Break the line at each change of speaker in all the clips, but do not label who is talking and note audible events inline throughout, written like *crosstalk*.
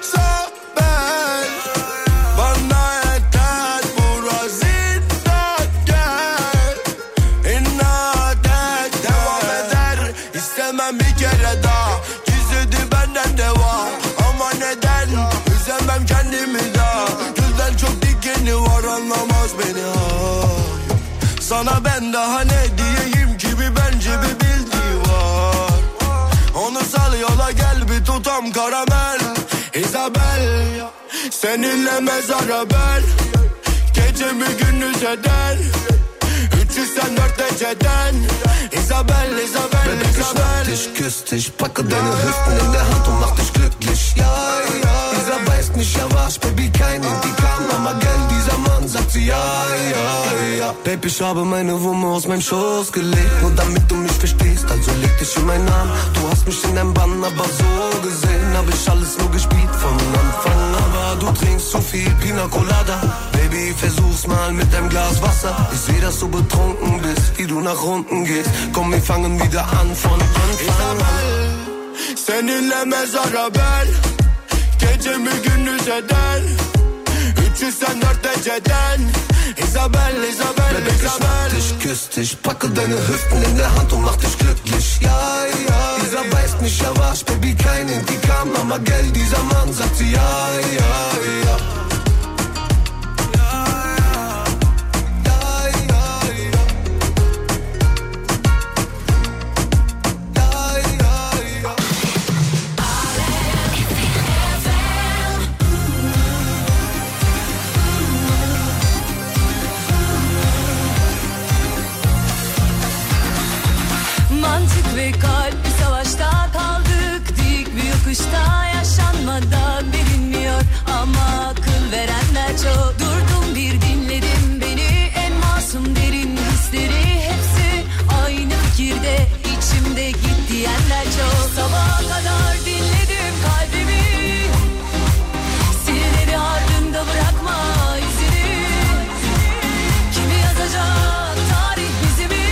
Isabel Bana yeter bura zindan gel İnat et devam eder İstemem bir kere daha Gizledi benden de var Ama neden üzemem kendimi daha Güzel çok dikeni var anlamaz beni ha Sana ben daha ne diyeyim ki bir bence bir bildiği var Onu sal yola gel bir tutam karamel Isabel Seninle mezara ben Gecemi gündüz eder Üçü sen dört neceden Isabel, Isabel,
Ich schnapp
Isabel
dich, küss dich, packe deine Hüften in der Hand und mach dich glücklich. Ja, ja, dieser weiß nicht, er war's, Baby, kein Indikam, aber gell, dieser Mann sagt sie, ja, ja, ja. Baby, ich habe meine Wumme aus meinem Schoß gelegt, nur damit du mich verstehst, also leg dich in meinen Arm. Du hast mich in deinem Bann, aber so gesehen hab ich alles nur gespielt von Anfang an. Aber du trinkst zu viel Pina Colada, Baby, versuch's mal mit einem Glas Wasser. Ich seh, dass du betrunken bist, wie du nach unten gehst. Komm, wir fangen wieder an von Anfang an.
Isabel Seninle mezara ben Gecemi gündüz eden 384 dereceden Isabel, Isabel, Isabel
Ich küss dich, packe deine Hüften in der Hand und mach dich glücklich. Ja, ja, dieser weiß nicht, er war's, Baby, kein Indikam, aber gell, dieser Mann sagt sie, ja, ja, ja.
Mantık ve kalp bir savaşta kaldık Dik bir yokuşta yaşanmadan bilinmiyor Ama akıl verenler çok Durdum bir dinledim beni En masum derin hisleri hepsi Aynı fikirde içimde git diyenler çok Sabaha kadar dinledim kalbimi Sinirleri ardında bırakma izini Kimi yazacak tarih bizi mi?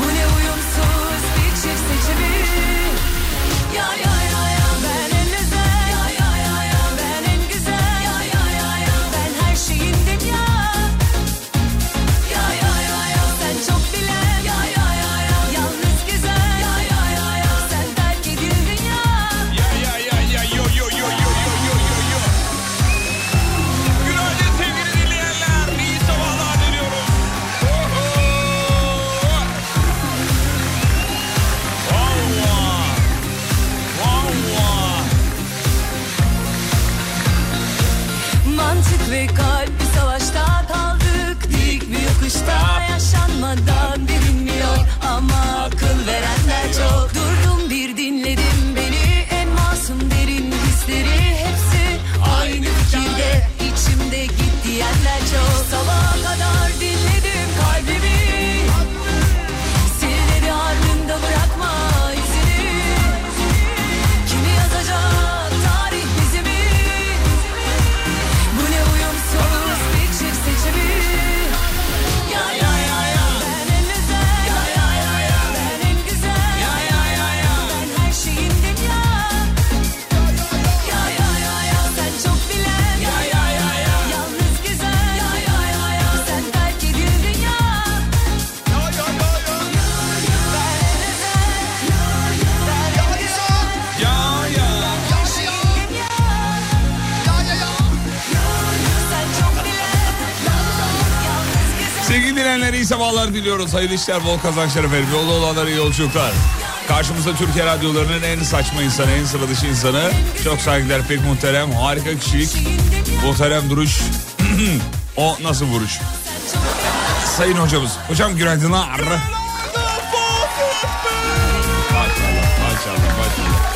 Bu ne uyumsuz bir çift seçimi Ya ya ya ya ben en özel Ya ya ya ya ben en güzel Ya ya ya ya ben her şeyindim ya Ya ya ya ya sen çok bilen Ya ya ya ya yalnız güzel Ya ya ya ya sen terk edildin ya
Ya ya ya ya yo yo yo yo yo yo yo yo. Günaydın sevgili dinleyenler. İyi sabahlar diliyorum. Oho. Valla. Valla.
Mantık ve kalp bir savaşta kaldık Dik bir yokuşta yaşanmadan bilinmiyor Ama akıl verenler çok Durdum bir dinledim beni En masum derin hisleri hepsi Aynı fikirde içimde git diyenler çok Sabaha kadar dinledim kalbimi Sinirleri ardında bırakma izini Kimi yazacak tarih bizi mi? Bu ne uyumsuz bir çift seçimi Ya ya ya ya Ben en özel Ya ya ya ya Ben en güzel Ya ya ya ya Ben her şeyindim ya Ya ya ya ya Sen çok bilen Ya ya ya ya Yalnız güzel Ya ya ya ya Sen terk edildin ya Ya ya ya ya Ben en özel Ya ya Ben en güzel
Ya ya.
Her şeyindim ya Ya ya ya Sen çok bilen Yalnız güzel
Sevgili dinleyenler iyi sabahlar diliyoruz. Hayırlı işler, bol kazançlar efendim. Yolda olanlara iyi yolculuklar. Karşımızda Türkiye radyolarının en saçma insanı, en sıra dışı insanı. Çok saygılar, pek muhterem, harika kişilik, muhterem duruş. *clears throat* o nasıl vuruş? Sayın hocamız. Hocam günaydınlar. Maşallah, maşallah, maşallah.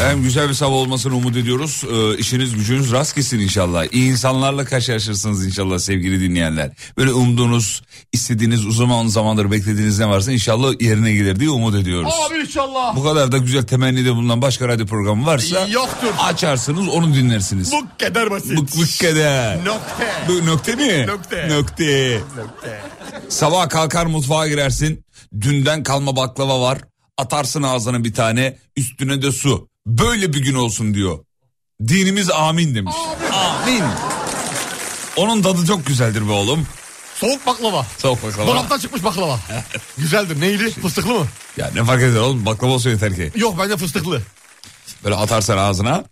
Hem güzel bir sabah olmasını umut ediyoruz. Ee, işiniz gücünüz rast gitsin inşallah. İyi insanlarla karşılaşırsınız inşallah sevgili dinleyenler. Böyle umduğunuz, istediğiniz uzun zamandır beklediğiniz ne varsa inşallah yerine gelir diye umut ediyoruz.
Abi inşallah.
Bu kadar da güzel temennide bulunan başka radyo programı varsa
Yoktur.
açarsınız onu dinlersiniz.
Bu kadar basit.
Bu bu kadar.
Nokta.
Bu nokta mı?
Nokta.
Nokta. Sabah kalkar mutfağa girersin. Dünden kalma baklava var. Atarsın ağzına bir tane. Üstüne de su. Böyle bir gün olsun diyor. Dinimiz amin demiş. Amin. Onun tadı çok güzeldir be oğlum.
Soğuk baklava.
Soğuk baklava. Şey.
Dolaptan çıkmış baklava. Güzeldir. Neyli? Fıstıklı mı?
Ya ne fark eder oğlum baklava olsun yeter ki.
Yok bence fıstıklı.
Böyle atarsan ağzına.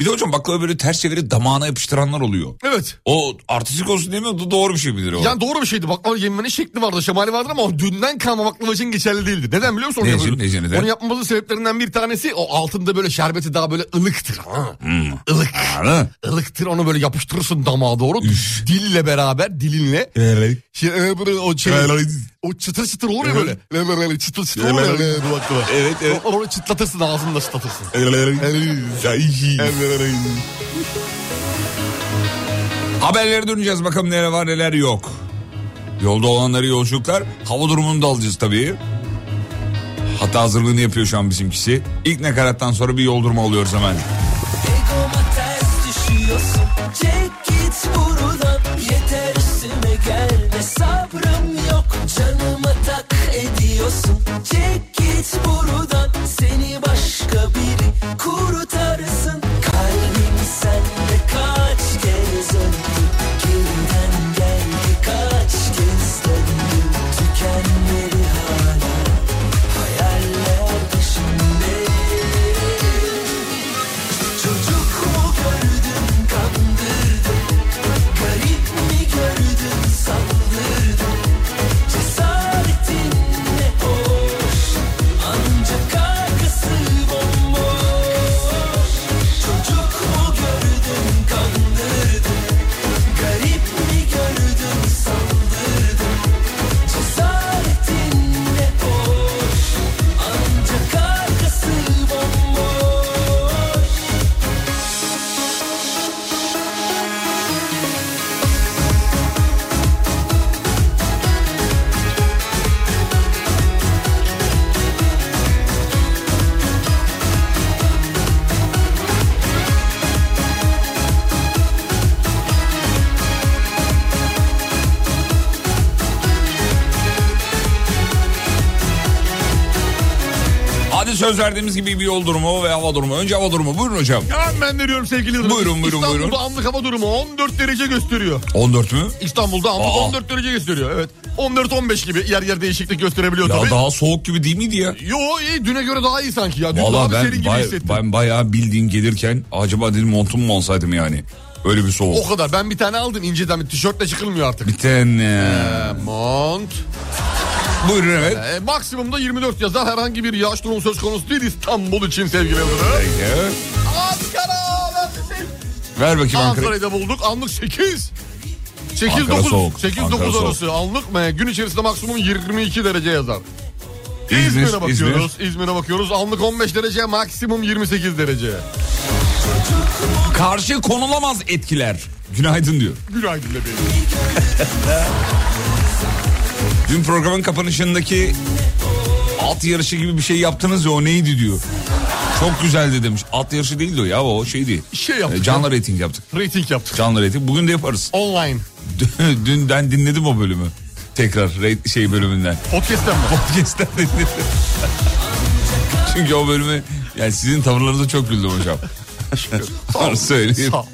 Bir de hocam baklava böyle ters çevirip damağına yapıştıranlar oluyor.
Evet.
O artistik olsun demiyor da doğru bir şey midir o?
Yani doğru bir şeydi. Baklava yemenin şekli vardı, şemali vardı ama o dünden kalma baklava için geçerli değildi. Neden biliyor musun? Onu
Ne
yapıyordu.
için, ne için, neden?
Onu yapmamızın sebeplerinden bir tanesi o altında böyle şerbeti daha böyle ılıktır. Ha.
Hmm.
Ilık.
Yani.
Ilıktır onu böyle yapıştırırsın damağa doğru. Dille beraber dilinle. Şey, e, böyle o, şey, o çıtır çıtır olur ya böyle. Böyle, böyle çıtır çıtır olur ya böyle baklava.
Evet evet.
O- Onu çıtlatırsın ağzında çıtlatırsın.
Haberlere döneceğiz bakalım neler var neler yok. Yolda olanları yolculuklar. Hava durumunu da alacağız tabii. Hatta hazırlığını yapıyor şu an bizimkisi. İlk nakarattan sonra bir yol durumu alıyoruz hemen.
Egoma ters düşüyorsun Çek git buradan Yeter üstüme gelme Sabrım yok Canıma tak ediyorsun Çek git buradan Seni başka biri kurtarsın Kalbim sende kaç kez öldü Geriden geldi kaç kez döndü Tükenmedi hala Hayaller peşinde Çocuk mu gördün kandırdın Garip mi gördün sandırdın Cesaretinle hoş Ancak arkası bomboş Çocuk mu gördün kandırdın Garip mi gördün sandırdın Cesaretinle hoş Ancak arkası bomboş
Hadi söz verdiğimiz gibi bir yol durumu ve hava durumu. Önce hava durumu. Buyurun hocam.
ben veriyorum sevgili Yıldırım.
Buyurun, buyurun,
İstanbul'da
buyurun.
anlık hava durumu 14 derece gösteriyor.
14 mü?
İstanbul'da anlık
Aa.
14 derece gösteriyor. Evet. 14-15 gibi yer yer değişiklik gösterebiliyor
Ya
tabii.
daha soğuk gibi değil miydi ya?
Yo iyi düne göre daha iyi sanki ya. Dün
Valla
daha ben,
ben,
serin gibi
bay-
hissettim.
ben bayağı bildiğin gelirken acaba dedim montum mu alsaydım yani? Öyle bir soğuk.
O kadar. Ben bir tane aldım inceden. Bir tişörtle çıkılmıyor artık.
Bir tane.
Ee, Mont.
e, Buyurun evet.
Ee, maksimumda 24 yazar herhangi bir yağış durumu söz konusu değil İstanbul için sevgili Yıldırım.
Evet.
Ankara. neredesin?
Ver bakayım Ankara.
Ankara'yı da bulduk. Anlık 8.
Ankara
8-9.
soğuk. Ankara
8-9
soğuk.
arası. Anlık mı? Gün içerisinde maksimum 22 derece yazar.
İzmir,
İzmir'e
İzmir.
bakıyoruz. İzmir'e bakıyoruz. Anlık 15 derece, maksimum 28 derece.
Karşı konulamaz etkiler. Günaydın diyor.
Günaydın da benim.
Dün programın kapanışındaki at yarışı gibi bir şey yaptınız ya o neydi diyor. Çok güzeldi demiş. At yarışı değildi o ya o şeydi.
Şey yaptık
E, Canlı rating yaptık.
Rating yaptık.
Canlı rating. Bugün de yaparız. *laughs*
Online.
Dün- Dünden dinledim o bölümü. Tekrar re- şey bölümünden.
Podcast'ten mi?
Podcast'ten *laughs* dinledim. Çünkü o bölümü yani sizin tavırlarınıza çok güldüm hocam.
*laughs*
Onu söyleyeyim.
Sağ ol.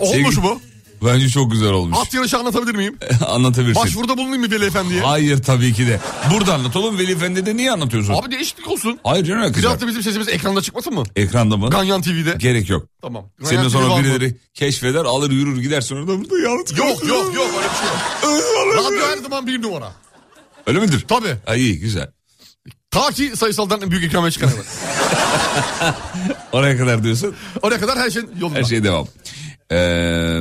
Olmuş
Sevgili-
mu?
Bence çok güzel olmuş.
At yarışı anlatabilir miyim?
*laughs* Anlatabilirsin.
Başvuruda bulunayım mı Veli Efendi'ye?
E, Hayır tabii ki de. Burada anlat oğlum Veli Efendi'de niye anlatıyorsun?
Abi değişiklik olsun.
Hayır canım ne kızar?
Biraz da bizim sesimiz ekranda çıkmasın mı?
Ekranda mı?
Ganyan TV'de.
Gerek yok.
Tamam. Ganyan
Senin
TV
sonra
var mı?
birileri keşfeder alır yürür gider sonra da burada yalnız
Yok
kalır.
yok yok öyle bir şey yok. Radyo her zaman bir numara.
Öyle midir?
Tabii.
Ay iyi güzel.
Ta ki sayısaldan en büyük ikramiye çıkana kadar.
Oraya kadar diyorsun.
Oraya kadar her şey yolunda.
Her şey devam. Ee,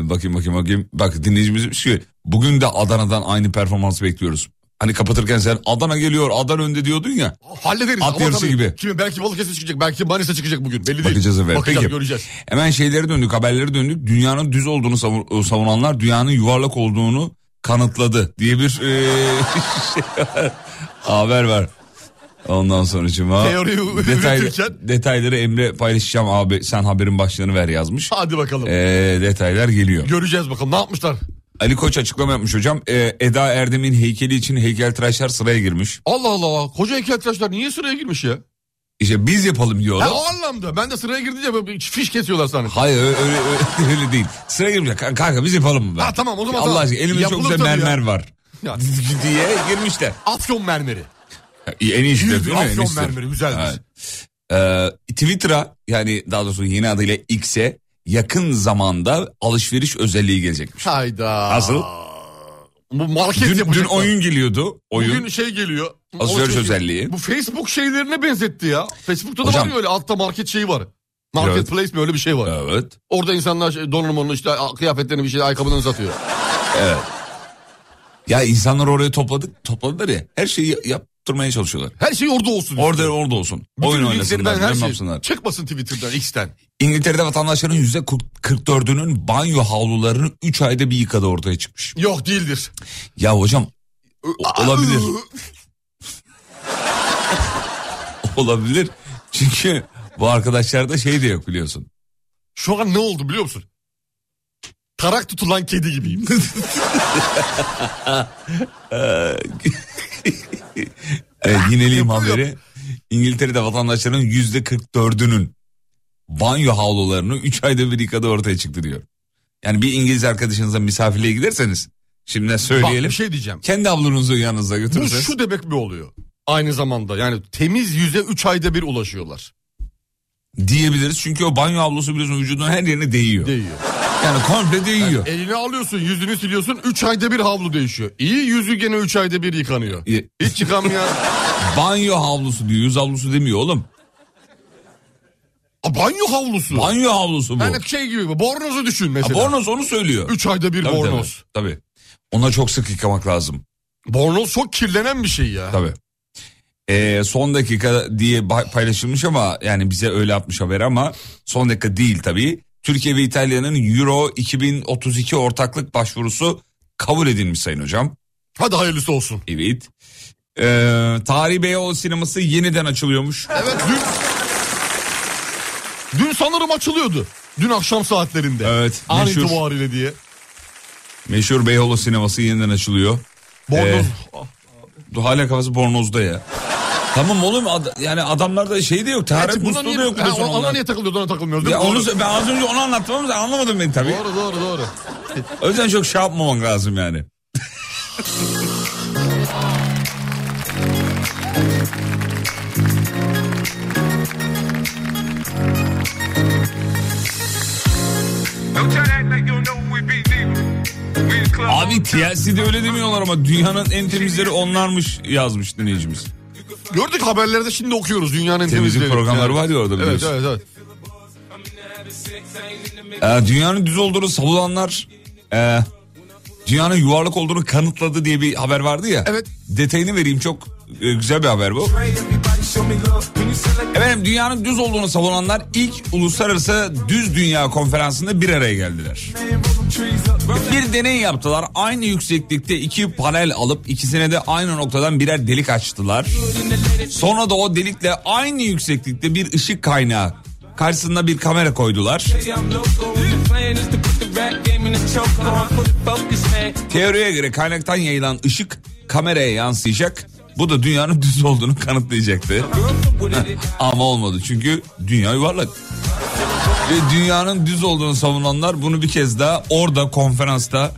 bakayım bakayım bakayım. Bak dinleyicimiz demiş ki bugün de Adana'dan aynı performansı bekliyoruz. Hani kapatırken sen Adana geliyor Adana önde diyordun ya.
Hallederiz.
At
ama
yarışı
tabii
gibi.
Şimdi belki Balıkesir çıkacak. Belki Manisa çıkacak bugün. Belli değil.
Bakacağız efendim.
Bakacağız
Peki.
göreceğiz.
Hemen şeylere döndük haberlere döndük. Dünyanın düz olduğunu savun- e, savunanlar dünyanın yuvarlak olduğunu kanıtladı diye bir e, *laughs* şey var. haber var. Ondan sonra cuma
Teoriyi üretirken-
detayları Emre paylaşacağım abi sen haberin başlığını ver yazmış.
Hadi bakalım.
E, detaylar geliyor.
Göreceğiz bakalım ne yapmışlar.
Ali Koç açıklama yapmış hocam. E, Eda Erdem'in heykeli için heykeltıraşlar sıraya girmiş.
Allah Allah. Koca heykeltıraşlar niye sıraya girmiş ya?
İşte biz yapalım diyorlar.
Ha, o anlamda. Ben de sıraya girdince böyle fiş kesiyorlar sanırım.
Hayır öyle, öyle, *laughs* öyle değil. Sıraya girmiş. Kanka, kanka biz yapalım mı? be?
Ha, tamam, o zaman
Allah
tamam.
aşkına elimizde çok
Yapılır
güzel
tabii
mermer var. *laughs*
Ya.
diye girmişler.
Afyon mermeri.
En iyi işler
Yüz
değil mi? En
afyon
iyisidir.
mermeri, güzeldir.
Evet. Ee, Twitter'a yani daha doğrusu yeni adıyla X'e yakın zamanda alışveriş özelliği gelecekmiş.
Hayda.
Nasıl?
Bu market
Dün, dün
yapacaklar.
oyun geliyordu. Oyun.
Bugün şey geliyor.
Alışveriş
Alışveriş-
özelliği.
Bu Facebook şeylerine benzetti ya. Facebook'ta da
Hocam-
var ya öyle altta market şeyi var. Marketplace mi öyle bir şey var.
Evet.
Orada insanlar şey, donanımını işte a- kıyafetlerini bir şey ayakkabılarını satıyor.
Ya insanlar oraya topladık, topladılar ya. Her şeyi yaptırmaya çalışıyorlar.
Her şey orada olsun.
Orada orada olsun.
Bütün
oyun
linkleri
oynasınlar,
ben her
ne
şey.
yapsınlar.
Çıkmasın Twitter'dan, X'ten.
İngiltere'de vatandaşların yüzde 44'ünün banyo havlularını 3 ayda bir yıkadı ortaya çıkmış.
Yok değildir.
Ya hocam
*laughs*
o- olabilir. olabilir. Çünkü bu arkadaşlarda şey de yok biliyorsun.
Şu an ne oldu biliyor musun? Tarak tutulan kedi gibiyim.
Ee,
*laughs*
yineleyeyim
Yapıyor.
haberi. İngiltere'de vatandaşların yüzde 44'ünün banyo havlularını 3 ayda bir yıkadı ortaya çıktı diyor. Yani bir İngiliz arkadaşınıza misafirliğe giderseniz şimdiden
Bak
*laughs* söyleyelim.
bir şey diyeceğim.
Kendi havlunuzu yanınıza
Bu
götürürseniz.
şu demek mi oluyor? Aynı zamanda yani temiz yüze 3 ayda bir ulaşıyorlar.
diyebiliriz. Çünkü o banyo havlusu biliyorsun vücudun her yerine değiyor.
Değiyor.
yani komple değiyor.
Elini alıyorsun yüzünü siliyorsun 3 ayda bir havlu değişiyor. İyi yüzü gene 3 ayda bir yıkanıyor.
E,
Hiç yıkanmayan.
*laughs* banyo havlusu diyor. Yüz havlusu demiyor oğlum.
A, banyo havlusu.
Banyo havlusu bu.
Yani şey gibi bornozu düşün
Ha,
mesela.
bornoz onu söylüyor.
3 ayda bir
Tabii,
bornoz.
Tabii. tabii. Ona çok sık yıkamak lazım.
Bornoz çok kirlenen bir şey ya.
Tabii. Ee, son dakika diye ba- paylaşılmış ama yani bize öyle atmış haber ama son dakika değil tabii. Türkiye ve İtalya'nın Euro 2032 ortaklık başvurusu kabul edilmiş sayın hocam.
Hadi hayırlısı olsun.
Evet. Ee, Tarih Beyoğlu sineması yeniden açılıyormuş.
Evet dün... Dün sanırım açılıyordu. Dün akşam saatlerinde.
Evet,
An
meşhur.
itibariyle diye.
Meşhur Beyoğlu sineması yeniden açılıyor.
Bornoz.
Ee, Hala kafası bornozda ya. Tamam oğlum ad- yani adamlarda şey de yok. Taharet
Evet, buna
musluğu da
niye,
yok
ha,
biliyorsun
ona,
onlar.
niye takılıyordu ona takılmıyordu. değil
Ya
mi?
onu,
doğru.
ben az önce onu anlattım ama sen anlamadın beni tabii.
doğru doğru doğru.
O yüzden çok şey yapmaman lazım yani. Abi TLC'de öyle demiyorlar ama dünyanın en temizleri onlarmış yazmış dinleyicimiz.
Gördük haberlerde şimdi okuyoruz dünyanın en
Temizlik
temizleri.
programları var ya orada
Evet
biliyorsun.
evet evet.
Ee, dünyanın düz olduğunu savulanlar e, dünyanın yuvarlak olduğunu kanıtladı diye bir haber vardı ya.
Evet.
Detayını vereyim çok e, güzel bir haber bu. Efendim dünyanın düz olduğunu savunanlar ilk uluslararası düz dünya konferansında bir araya geldiler. Bir deney yaptılar. Aynı yükseklikte iki panel alıp ikisine de aynı noktadan birer delik açtılar. Sonra da o delikle aynı yükseklikte bir ışık kaynağı karşısına bir kamera koydular. Teoriye göre kaynaktan yayılan ışık kameraya yansıyacak. Bu da dünyanın *laughs* düz olduğunu kanıtlayacaktı. *laughs* Ama olmadı çünkü dünya yuvarlak. Ve dünyanın düz olduğunu savunanlar bunu bir kez daha orada konferansta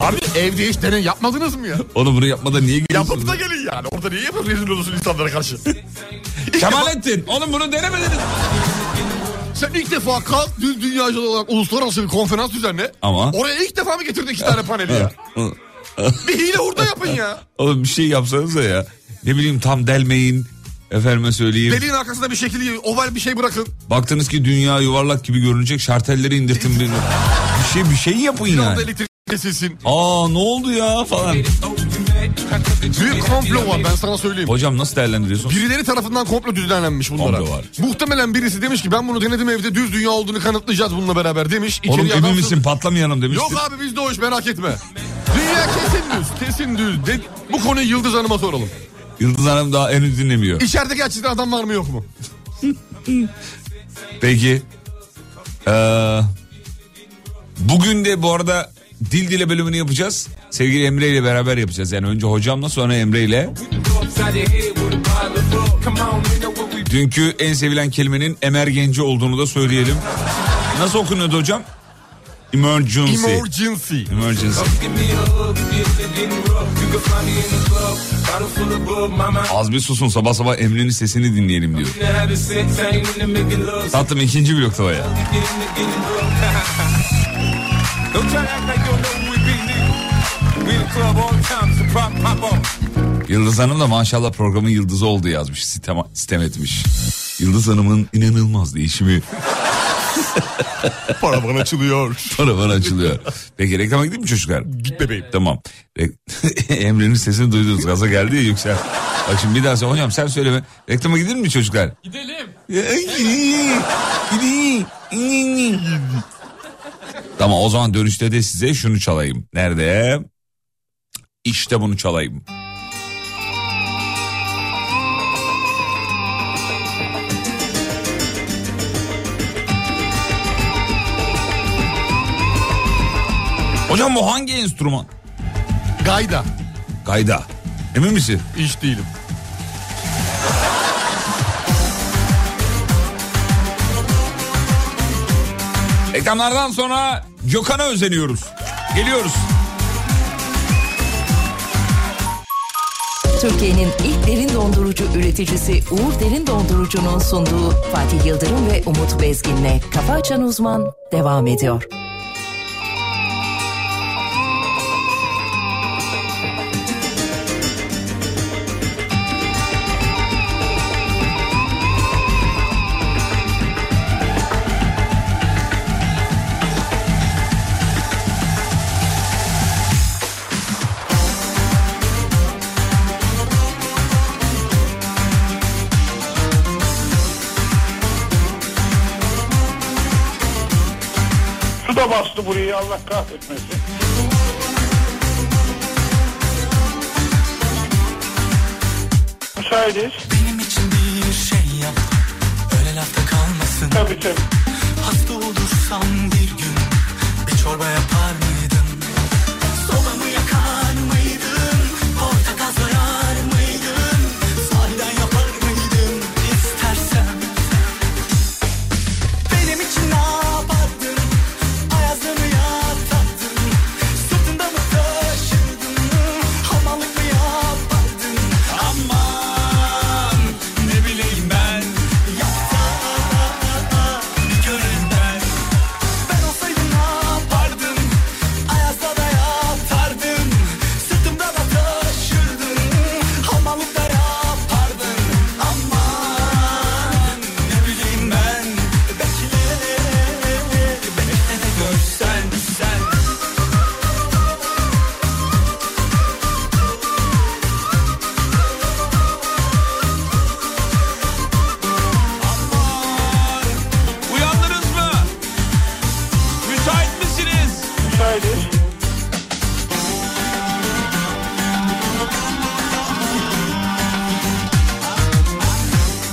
Abi evde hiç deney yapmadınız mı ya?
onu bunu yapmadan niye
Yapıp da
gülüyorsunuz?
gelin yani. Orada niye yapıp rezil olursun insanlara
*laughs*
karşı? İlk defa,
Kemalettin oğlum bunu denemediniz.
sen ilk defa kalk düz dünyacı olarak uluslararası bir konferans düzenle.
Ama-
Oraya ilk defa mı getirdin iki tane paneli
*laughs*
ya? bir hile hurda yapın ya.
Oğlum bir şey yapsanız da ya. Ne bileyim tam delmeyin. Efendime söyleyeyim.
Deliğin arkasında bir şekilde oval bir şey bırakın.
Baktınız ki dünya yuvarlak gibi görünecek. Şartelleri indirtin. bir, bir şey bir şey yapın
Bir
yani.
anda elektrik sesin.
Aa ne oldu ya falan.
Büyük komplo var ben sana söyleyeyim.
Hocam nasıl değerlendiriyorsun?
Birileri tarafından komplo düzenlenmiş bunlara.
Komplo var.
Muhtemelen birisi demiş ki ben bunu denedim evde düz dünya olduğunu kanıtlayacağız bununla beraber demiş. İçeriye
Oğlum
adam
emin misin
Yok
patlamayalım demiştin.
abi bizde o iş merak etme. Dünya kesin düz, kesin düz. De- bu konuyu Yıldız Hanım'a soralım.
Yıldız Hanım daha henüz dinlemiyor.
İçerideki gerçekten adam var mı yok mu?
Peki. Ee, bugün de bu arada dil dile bölümünü yapacağız. Sevgili Emre ile beraber yapacağız. Yani önce hocamla sonra Emre ile. Dünkü en sevilen kelimenin emergenci olduğunu da söyleyelim. Nasıl okunuyordu hocam? Emergency.
Emergency.
Emergency. Az bir susun sabah sabah Emre'nin sesini dinleyelim diyor. Tatlım ikinci blokta o ya.
*laughs*
Yıldız Hanım da maşallah programın yıldızı oldu yazmış. Sitem, sitem etmiş. Yıldız Hanım'ın inanılmaz değişimi
Paravan açılıyor.
paravan açılıyor. Peki reklama gideyim mi çocuklar? Git
bebeğim.
Tamam. Re- *laughs* Emre'nin sesini duydunuz. Gaza geldi ya yüksel. Bak şimdi bir daha sen hocam sen söyleme. Reklama gidelim mi çocuklar? Gidelim. tamam o zaman dönüşte de size şunu çalayım. Nerede? İşte bunu çalayım. Hocam bu hangi enstrüman?
Gayda.
Gayda. Emin misin?
Hiç değilim.
Reklamlardan sonra Gökhan'a özeniyoruz. Geliyoruz.
Türkiye'nin ilk derin dondurucu üreticisi Uğur Derin Dondurucu'nun sunduğu Fatih Yıldırım ve Umut Bezgin'le Kafa Açan Uzman devam ediyor.
Su da bastı burayı Allah kahretmesin. Müsaitiz.
Benim için bir şey yap Öyle lafta kalmasın
Tabii tabii.
Hasta olursam bir gün Bir çorba yapar mıydın? Sobamı yakar mıydın? Portakal soyar mıydın? Sahiden yapar mıydın? İstersen Benim için ne yapardın? Ayazda mı yatardın? Sırtında mı taşırdın? Hamallık mı yapardın? Aman ne bileyim ben Yapsa bir görün ben Ben olsaydım ne yapardım? Ayazda da yatardım Sırtımda da taşırdım Hamallık da yapardım Aman ne bileyim ben Bekle Bekle de görsen sen
Uyandınız mı? Müsait misiniz?
Müsaitiz.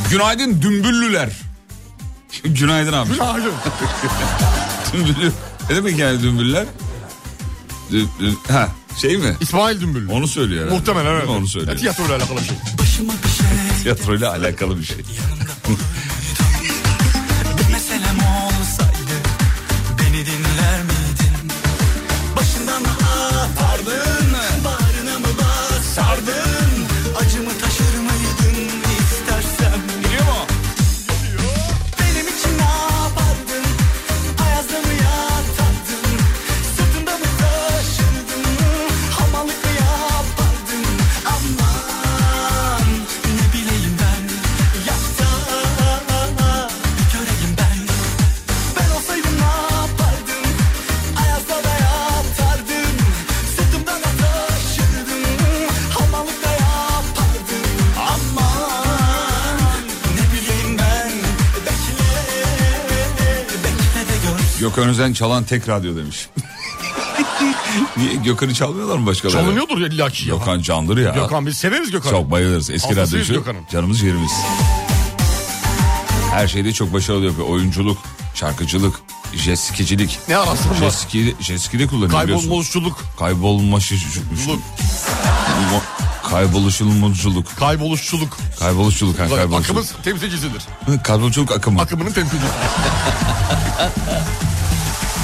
Günaydın dümbüllüler. *laughs* Günaydın abi.
Günaydın.
*laughs* Dümbüllü. Ne demek yani dümbüller? Dü- dü- ha şey mi?
İsmail Dümbüllü.
Onu söylüyor herhalde.
Muhtemelen evet.
Onu söylüyor.
Tiyatro ile alakalı bir şey.
Başıma bir şey
Tiyatroyla alakalı bir şey.
Bir meselem olsaydı beni dinler miydin? Başından mı atardın? Bağrına mı basardın? Acımı taşır mıydın istersem? Biliyor mu? Benim için ne yapardın? Ayazda mı yatardın? Sırtında mı taşırdın? Hamallık mı yapardın? Aman ne bileyim ben Yapsa
*laughs* Gökhan Özen çalan tek radyo demiş. *laughs* Niye Gökhan'ı çalmıyorlar mı başkaları?
Çalınıyordur ya illa ki ya.
Gökhan candır ya.
Gökhan biz severiz Gökhan'ı.
Çok bayılırız. Eski
Hastasıyız
radyocu.
Gökhan'ın.
Canımız yerimiz. Her şeyde çok başarılı yapıyor. Oyunculuk, şarkıcılık, jeskicilik.
Ne arasın var?
Jeski, jeski de kullanıyor biliyorsun.
Kaybolmuşçuluk.
Kaybolmaşıcılık. Kayboluşulmuşçuluk.
Kayboluşçuluk.
Kayboluşçuluk. Ha, kayboluşçuluk. *laughs*
Akımız temsilcisidir.
Kayboluşçuluk akımı.
Akımının temsilcisidir.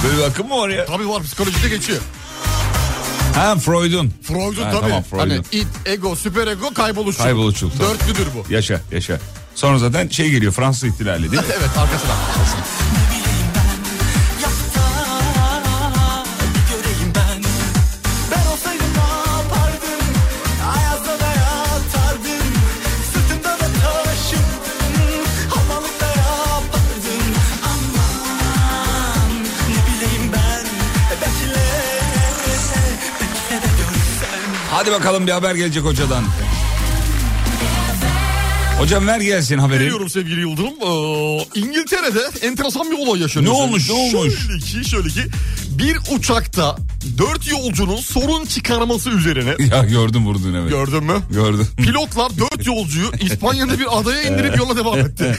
Böyle bir akım mı var ya?
Tabii var psikolojide geçiyor.
Ha Freud'un.
Freud'un
Ha,
tabii.
tamam, Freud'un.
Hani it, ego, süperego, kayboluşçuluk.
Kayboluşçuluk, tamam.
Dörtlüdür bu.
Yaşa yaşa. Sonra zaten şey geliyor Fransız ihtilali değil mi?
*laughs* evet arkasına.
Yapsa bir göreyim ben Ben olsaydım ne yapardım Ayazda da yatardım Sırtımda da taşırdım Havalıkta yapardım Aman ne bileyim ben Bekle Bekle de görsen
Hadi bakalım bir haber gelecek hocadan. Hocam ver gelsin haberi.
Biliyorum sevgili Yıldırım. Ee, İngiltere'de enteresan bir olay
Ne
yaşanıyor.
olmuş, ne olmuş?
Şöyle ki şöyle ki bir uçakta dört yolcunun sorun çıkarması üzerine
*laughs* Ya gördüm vurdun evet.
gördün *laughs* mü?
Gördüm.
Pilotlar dört yolcuyu İspanya'da bir adaya indirip yola devam etti.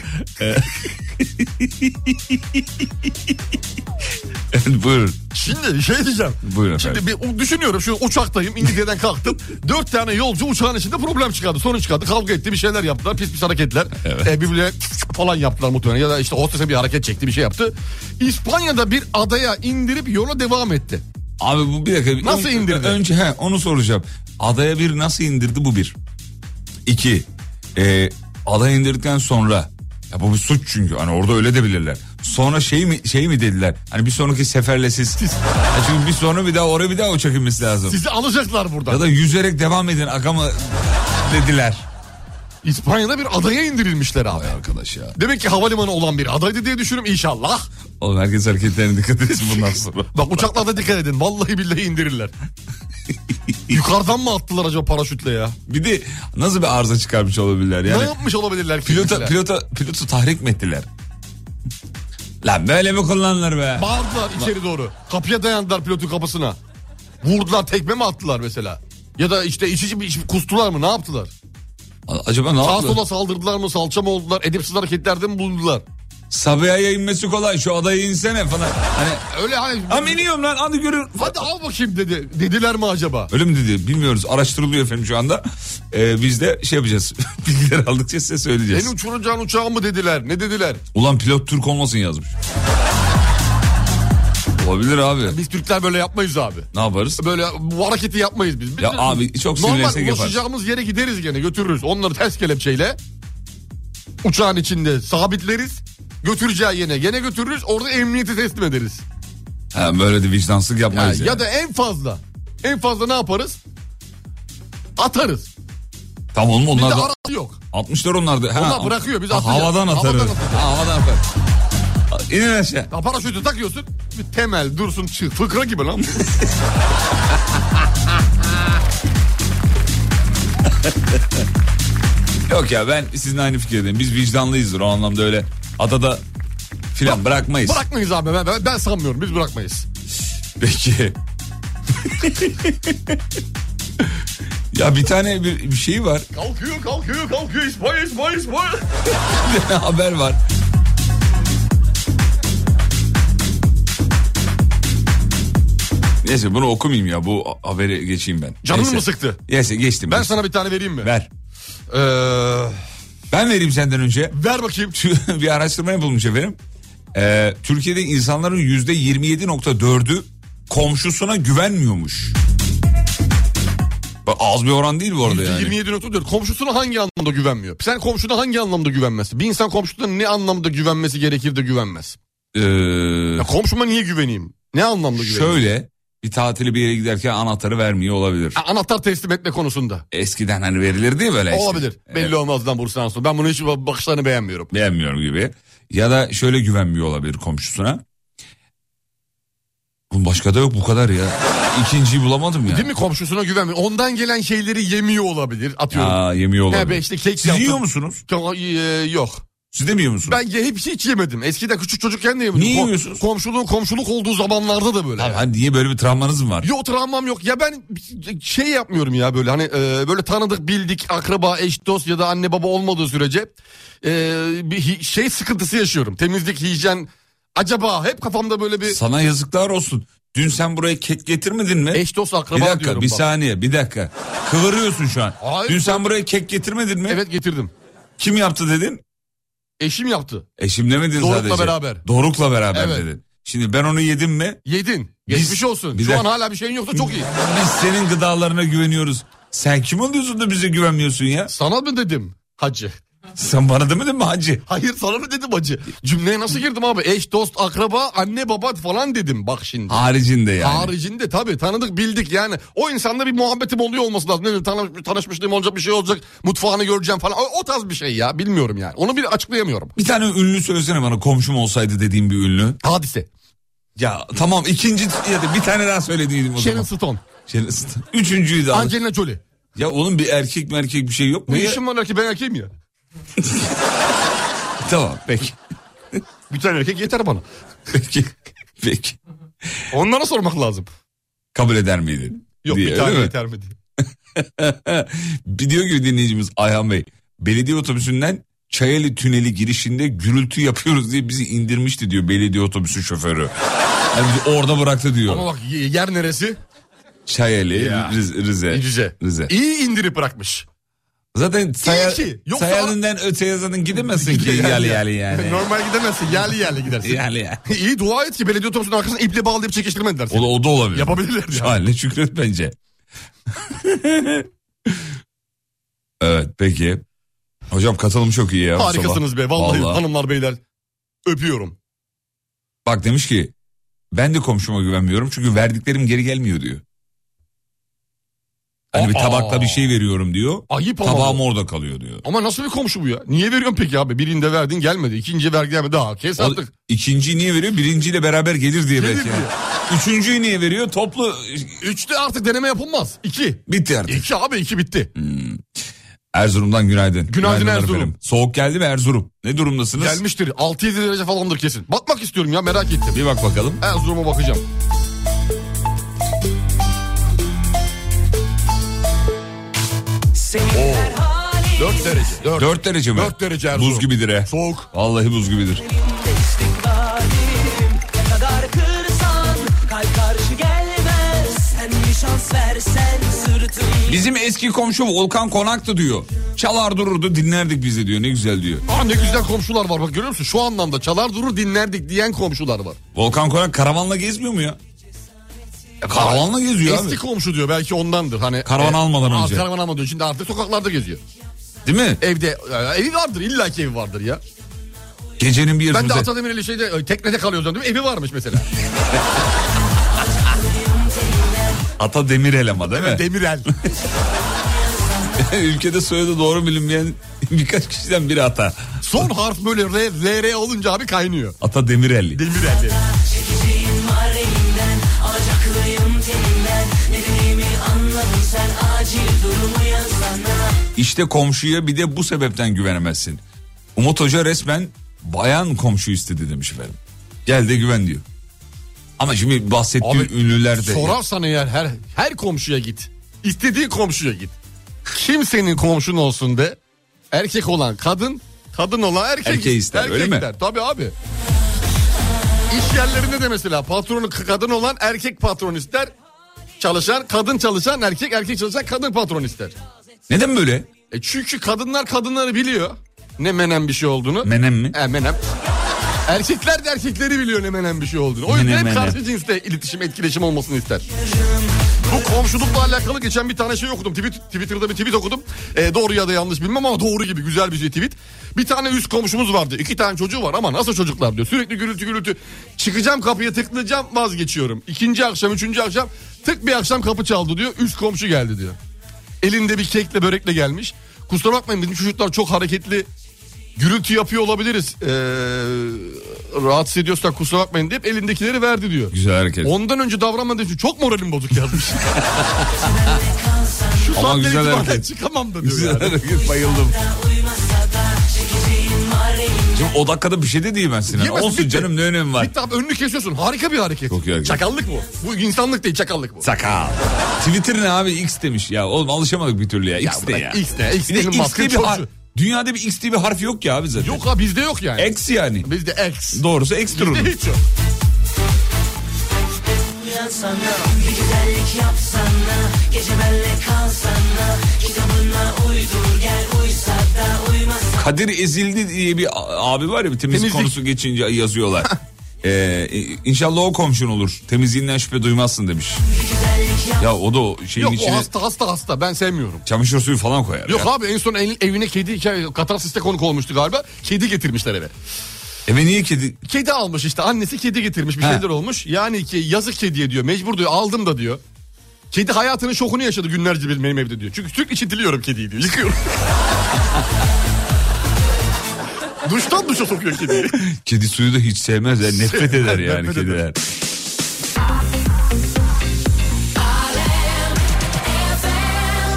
*laughs* Buyurun.
Şimdi şey diyeceğim.
Buyurun
Şimdi
efendim.
bir düşünüyorum şu uçaktayım İngiltere'den
*laughs*
kalktım. Dört tane yolcu uçağın içinde problem çıkardı. Sorun çıkardı. Kavga etti bir şeyler yaptılar. Pis pis hareketler.
Evet.
E, birbirine falan yaptılar muhtemelen. Ya da işte hostese bir hareket çekti bir şey yaptı. İspanya'da bir adaya indirip yola devam etti.
Abi bu bir dakika.
Nasıl
Ön-
indirdi?
Önce he, onu soracağım. Adaya bir nasıl indirdi bu bir. İki. E, adaya indirdikten sonra. Ya bu bir suç çünkü. Hani orada öyle de bilirler. Sonra şey mi şey mi dediler? Hani bir sonraki seferle siz. Ya çünkü bir sonra bir daha oraya bir daha uçak inmesi lazım.
Sizi alacaklar buradan.
Ya da yüzerek devam edin akama dediler.
İspanya'da bir adaya indirilmişler abi.
Arkadaş ya.
Demek ki havalimanı olan bir adaydı diye düşünüyorum inşallah.
Oğlum herkes hareketlerine dikkat etsin bundan sonra.
Bak uçaklarda dikkat edin. Vallahi billahi indirirler. Yukarıdan mı attılar acaba paraşütle ya?
*laughs* Bir de nasıl bir arıza çıkarmış olabilirler
ne
yani.
yapmış olabilirler ki?
Pilota,
bizimkiler?
pilota, pilotu tahrik mi ettiler? Lan böyle mi kullanılır be?
Bağırdılar içeri doğru. Kapıya dayandılar pilotun kapısına. Vurdular tekme mi attılar mesela? Ya da işte iç içi bir iç- kustular mı ne yaptılar?
Acaba ne
Sağa
yaptı?
sola saldırdılar mı salça mı oldular? Edepsiz hareketlerde mi bulundular?
Sabiha'ya inmesi kolay şu adaya insene falan. Hani
Öyle hani...
am iniyorum lan hadi görür.
Hadi al bakayım dedi. Dediler mi acaba?
Öyle mi dedi bilmiyoruz araştırılıyor efendim şu anda. Ee, biz de şey yapacağız *laughs* bilgiler aldıkça size söyleyeceğiz.
Beni uçuracağın uçağı mı dediler? Ne dediler?
Ulan pilot Türk olmasın yazmış. Olabilir abi.
Biz Türkler böyle yapmayız abi.
Ne yaparız?
Böyle bu hareketi yapmayız biz. Biz
Ya
de-
abi çok
Normal
sinirlensek yaparız.
ulaşacağımız yere gideriz gene götürürüz. Onları ters kelepçeyle uçağın içinde sabitleriz. Götüreceği yerine gene götürürüz. Orada emniyete teslim ederiz.
Ha, böyle de vicdansızlık
Ya,
yapmayız.
ya da en fazla en fazla ne yaparız? Atarız.
Tamam oğlum
Bir
onlar
de
da...
arası yok.
60'lar onlarda. Ha,
Onlar bırakıyor, biz
ha,
atacağız.
Havadan atarız.
Havadan atarız.
Ha, havadan atarız. İnin aşağı.
Ya paraşütü takıyorsun. Bir temel dursun çık. Fıkra gibi lan. *laughs*
Yok ya ben sizinle aynı fikirdeyim. Biz vicdanlıyızdır o anlamda öyle adada filan bırakmayız.
Bırakmayız abi. Ben, ben, ben sanmıyorum. Biz bırakmayız.
Peki. ya bir tane bir, bir şey var. *laughs*
Kalkıyor kalkıyor kalkıyor. İspanya İspanya İspanya.
haber var. Neyse bunu okumayayım ya bu haberi geçeyim ben.
Canını
Neyse.
mı sıktı?
Neyse geçtim.
Ben
geçtim.
sana bir tane vereyim mi?
Ver.
Ee,
Ben vereyim senden önce.
ver bakayım.
Tü- *laughs* bir araştırma yapılmış efendim. Ee, Türkiye'de insanların yüzde 27.4'ü komşusuna güvenmiyormuş. Bak, az bir oran değil bu arada yani.
27 notu diyor. Komşusuna hangi anlamda güvenmiyor? Sen komşuna hangi anlamda güvenmezsin? Bir insan komşusuna ne anlamda güvenmesi gerekir de güvenmez?
Ee,
Ya komşuma niye güveneyim? Ne anlamda güveneyim?
şöyle bir tatili bir yere giderken anahtarı vermiyor olabilir.
Ha, Anahtar teslim etme konusunda.
Eskiden hani verilirdi ya böyle. işte.
Olabilir. Belli
Evet,
olmaz lan Bursa'dan sonra. Ben bunu hiç bakışlarını beğenmiyorum.
beğenmiyorum gibi. Ya da şöyle güvenmiyor olabilir komşusuna. Bunun başka da yok bu kadar ya. İkinciyi bulamadım ya.
Değil mi komşusuna güvenmiyor. Ondan gelen şeyleri yemiyor olabilir. Atıyorum.
Aa, yemiyor
He be
olabilir.
işte kek
Siz
yaptım.
yiyor musunuz?
Ka- e, Yok.
Siz de mi yiyor musunuz?
Ben ye, hep hiç yemedim. Eskiden küçük çocukken de yemedim.
Niye
Ko-
yemiyorsunuz?
Komşuluğun komşuluk olduğu zamanlarda da böyle.
Abi hani niye böyle bir travmanız mı var?
Yok travmam yok. Ya ben şey yapmıyorum ya böyle hani e, böyle tanıdık bildik akraba eş dost ya da anne baba olmadığı sürece e, bir hi- şey sıkıntısı yaşıyorum. Temizlik, hijyen acaba hep kafamda böyle bir
Sana yazıklar olsun. Dün sen buraya kek getirmedin mi?
eş dost akraba
bir dakika
diyorum
bir
E, bak.
saniye bir dakika. Kıvırıyorsun şu an.
Hayır.
Dün sen buraya kek getirmedin mi?
Evet getirdim.
Kim yaptı dedin?
Eşim yaptı.
Eşim demedin
Doruk'la
sadece.
beraber.
Doruk'la beraber
Evet.
dedin. Şimdi ben onu yedim mi?
Yedin.
Biz-
Geçmiş olsun.
bir
Şu an
dakika.
hala bir şeyin yoksa çok iyi.
Biz senin gıdalarına güveniyoruz. Sen kim oluyorsun da bize güvenmiyorsun ya?
Sana mı dedim hacı?
Sen bana demedin mi hacı?
Hayır sana mı dedim hacı? Cümleye nasıl girdim abi? Eş, dost, akraba, anne, baba falan dedim bak şimdi.
Haricinde yani.
Haricinde tabii tanıdık bildik yani. O insanla bir muhabbetim oluyor olması lazım. Ne bileyim tanı- tanışmışlığım olacak bir şey olacak. Mutfağını göreceğim falan. O, o tarz bir şey ya bilmiyorum yani. Onu bir açıklayamıyorum.
Bir tane ünlü söylesene bana komşum olsaydı dediğim bir ünlü.
Hadise.
Ya tamam ikinci ya da bir tane daha söylediydim o
Sharon
zaman.
Stone.
Sharon Stone. Üçüncüyü de al.
Angelina Jolie.
Ya oğlum bir erkek mi erkek bir şey yok mu?
Ne
ya?
işim var ki ben erkeğim ya.
Tamam *laughs* peki.
*laughs* Bir tane erkek yeter bana.
Peki. Peki.
Onlara sormak lazım.
Kabul eder miydin?
Yok
Diye,
bir tane
değil mi?
yeter mi diye.
bir diyor ki dinleyicimiz Ayhan Bey. Belediye otobüsünden Çayeli Tüneli girişinde gürültü yapıyoruz diye bizi indirmişti diyor belediye otobüsü şoförü. *laughs* Yani bizi orada bıraktı diyor.
Ama bak y- yer neresi?
Çayeli,
Ya.
Riz- Rize.
Rize.
E, Rize.
İyi indirip bırakmış.
Zaten saya,
ki, yoksa-
sayalından öteye zaten gidemezsin ki
Gider
yerli
ya. *laughs*
yerli yani.
Normal gidemezsin. Yerli yerli gidersin.
Yerli E. yani.
İyi dua et ki belediye otobüsünün arkasına iple bağlayıp çekiştirmediler.
O da, o da olabilir.
Yapabilirler
Şu
ya.
haline
*laughs*
şükret bence. evet peki. Hocam katılım çok iyi ya. bu
Harikasınız
sabah.
be vallahi, hanımlar beyler. Öpüyorum.
Bak demiş ki ben de komşuma güvenmiyorum çünkü verdiklerim geri gelmiyor diyor. Hani bir
Aa.
tabakla bir şey veriyorum diyor.
Ayıp ama
Tabağım
bu.
orada kalıyor diyor.
Ama nasıl bir komşu bu ya? Niye veriyorsun peki abi? Birinde verdin gelmedi. İkinciye vergi gelmedi. Daha kes
O,
artık.
ikinciyi niye veriyor? Birinciyle beraber gelir diye
Gelir
belki.
diye.
Üçüncüyü niye veriyor? Toplu
Üçte artık deneme yapılmaz. İki.
bitti artık.
İki abi iki bitti.
Erzurum'dan günaydın.
Günaydın Erzurum.
Soğuk geldi mi Erzurum? Ne durumdasınız?
Gelmiştir. 6-7 derece falandır kesin. Bakmak istiyorum ya merak ettim.
Bir bak bakalım.
Erzurum'a bakacağım. Dört derece. Dört.
4 derece mi?
Dört derece Erzurum.
Buz gibidir he.
Soğuk.
Vallahi buz gibidir.
istikbalim Ne kadar kırsan kalp karşı gelmez Sen bir şans versen sırtını
Bizim eski komşu Volkan Konak'tı diyor. Çalar dururdu dinlerdik biz de diyor. Ne güzel diyor.
Aa ne güzel komşular var bak görüyor musun? Şu anlamda çalar durur dinlerdik diyen komşular var.
Volkan Konak karavanla gezmiyor mu ya? E, karavanla geziyor
Eski
abi.
komşu diyor belki ondandır. Hani
Karavan almadan
aa,
önce.
Karavan almadan önce. Şimdi artık sokaklarda geziyor.
Değil mi?
Evde e, evi vardır illaki evi vardır ya.
Gecenin bir
Ben de
yarısında.
Atademir'li şeyde e, teknede kalıyordum değil mi? Evi varmış mesela.
Ata Demirel ama değil mi?
Demirel.
*laughs* Ülkede soyadı doğru bilinmeyen birkaç kişiden biri Ata.
Son harf böyle R, R, R olunca abi kaynıyor.
Ata Demirel.
Demirel.
Çekeceğim var elinden Alacaklıyım telinden Ne dediğimi anladın sen acil durumu yazsana
İşte komşuya bir de bu sebepten güvenemezsin. Umut Hoca resmen bayan komşu istedi demiş efendim. Gel de güven diyor. Ama şimdi bahsettiğim
Abi,
ünlüler de...
Sorarsan eğer her, her komşuya git. İstediğin komşuya git. Kimsenin komşun olsun de. Erkek olan kadın, kadın olan erkek.
Erkeği ister,
erkek
öyle mi?
gider. Tabii abi. İş yerlerinde de mesela patronu kadın olan erkek patron ister. Çalışan kadın çalışan erkek, erkek çalışan kadın patron ister.
Neden böyle?
E çünkü kadınlar kadınları biliyor. Ne menem bir şey olduğunu.
Menem mi?
E, menem. Erkekler de erkekleri biliyor ne menem bir şey olduğunu. O
Menem,
yüzden hep
menem.
karşı cinsle iletişim, etkileşim olmasını ister. Bu komşulukla alakalı geçen bir tane şey okudum. Tweet, Twitter'da bir tweet okudum. E, doğru ya da yanlış bilmem ama doğru gibi güzel bir şey tweet. Bir tane üst komşumuz vardı. İki tane çocuğu var ama nasıl çocuklar diyor. Sürekli gürültü gürültü. Çıkacağım kapıya tıklayacağım vazgeçiyorum. İkinci akşam, üçüncü akşam tık bir akşam kapı çaldı diyor. Üst komşu geldi diyor. Elinde bir kekle börekle gelmiş. Kusura bakmayın bizim çocuklar çok hareketli. Gürültü yapıyor olabiliriz. Ee, rahatsız ediyorsak kusura bakmayın deyip elindekileri verdi diyor.
Güzel hareket.
Ondan önce davranmadığı için çok moralim bozuk
*laughs*
yazmış. Şu
Ama
saatten
güzel
itibaren
hareket.
çıkamam da diyor
Güzel
yani.
hareket bayıldım.
Uymasa da çekeceğim var elinden
O dakikada bir şey de diyemezsin. Yani.
Yemezsin,
Olsun
bitti.
canım ne önemi var.
Bitti abi önünü kesiyorsun. Harika bir hareket.
Çok iyi hareket.
Çakallık bu. Bu insanlık değil çakallık bu.
Sakal. Twitter ne abi X demiş. Ya oğlum alışamadık bir türlü ya. X de
bırak,
ya.
X ne? X
bir de
Elon
X
Musk'ın
diye bir har-
çocuğu.
Dünyada bir X diye bir harf yok ya abi zaten.
Yok ha bizde yok yani.
X yani.
Bizde X.
Doğrusu X durur.
Bizde hiç yok.
Kadir ezildi diye bir a- abi var ya bir temizlik,
Temizlik.
konusu
*laughs*
geçince yazıyorlar. ee, inşallah o komşun olur. Temizliğinden şüphe duymazsın demiş. Ya o da o şeyin
Yok
içine
o hasta hasta hasta ben sevmiyorum.
çamaşır suyu falan koyar.
Yok
ya.
abi en son el- evine kedi hikaye- katarsiste konuk olmuştu galiba. Kedi getirmişler eve.
Eve niye kedi?
Kedi almış işte annesi kedi getirmiş bir
He.
şeyler olmuş. Yani ki yazık kediye diyor mecbur diyor aldım da diyor. Kedi hayatının şokunu yaşadı günlerce benim benim evde diyor. Çünkü sürekli çitiliyorum kediyi diyor yıkıyorum. *laughs* Duştan duşa sokuyor kediyi.
Kedi suyu da hiç sevmez. ya, nefret eder yani
Nefret eder.
kediler.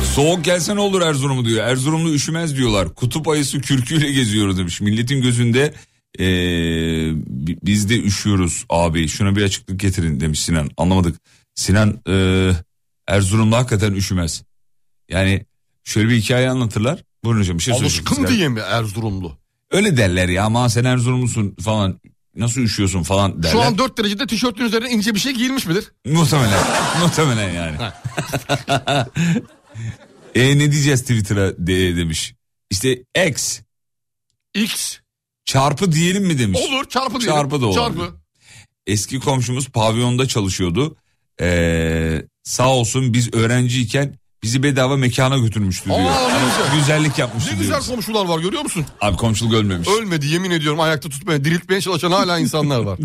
Soğuk gelse ne olur Erzurum'u diyor. Erzurumlu üşümez diyorlar. Kutup ayısı kürküyle geziyoruz demiş. Milletin gözünde ee, bi- biz de üşüyoruz abi. Şuna bir açıklık getirin demiş Sinan. Anlamadık. Sinan ee, Erzurumlu hakikaten üşümez. Yani şöyle bir hikaye anlatırlar. Buyurun hocam bir şey söyleyeceğim.
Alışkın
Sinan.
diye mi Erzurumlu?
Öyle derler ya ama sen Erzurumlusun falan nasıl üşüyorsun falan derler.
Şu an 4 derecede tişörtün üzerine ince bir şey giyilmiş midir?
Muhtemelen. *laughs* muhtemelen yani. *laughs* e ne diyeceğiz Twitter'a de- demiş. İşte X
X
çarpı diyelim mi demiş.
olur çarpı diyelim.
Çarpı da olabilir.
Çarpı.
Eski komşumuz pavyonda çalışıyordu. Ee, sağ olsun biz öğrenciyken bizi bedava mekana götürmüştü diyor. Hani
Aa, ne güzel.
Güzellik yapmıştı
Ne
diyor.
güzel komşular var görüyor musun?
Abi komşuluk ölmemiş.
Ölmedi yemin ediyorum ayakta tutmaya diriltmeye çalışan hala insanlar
*laughs*
var.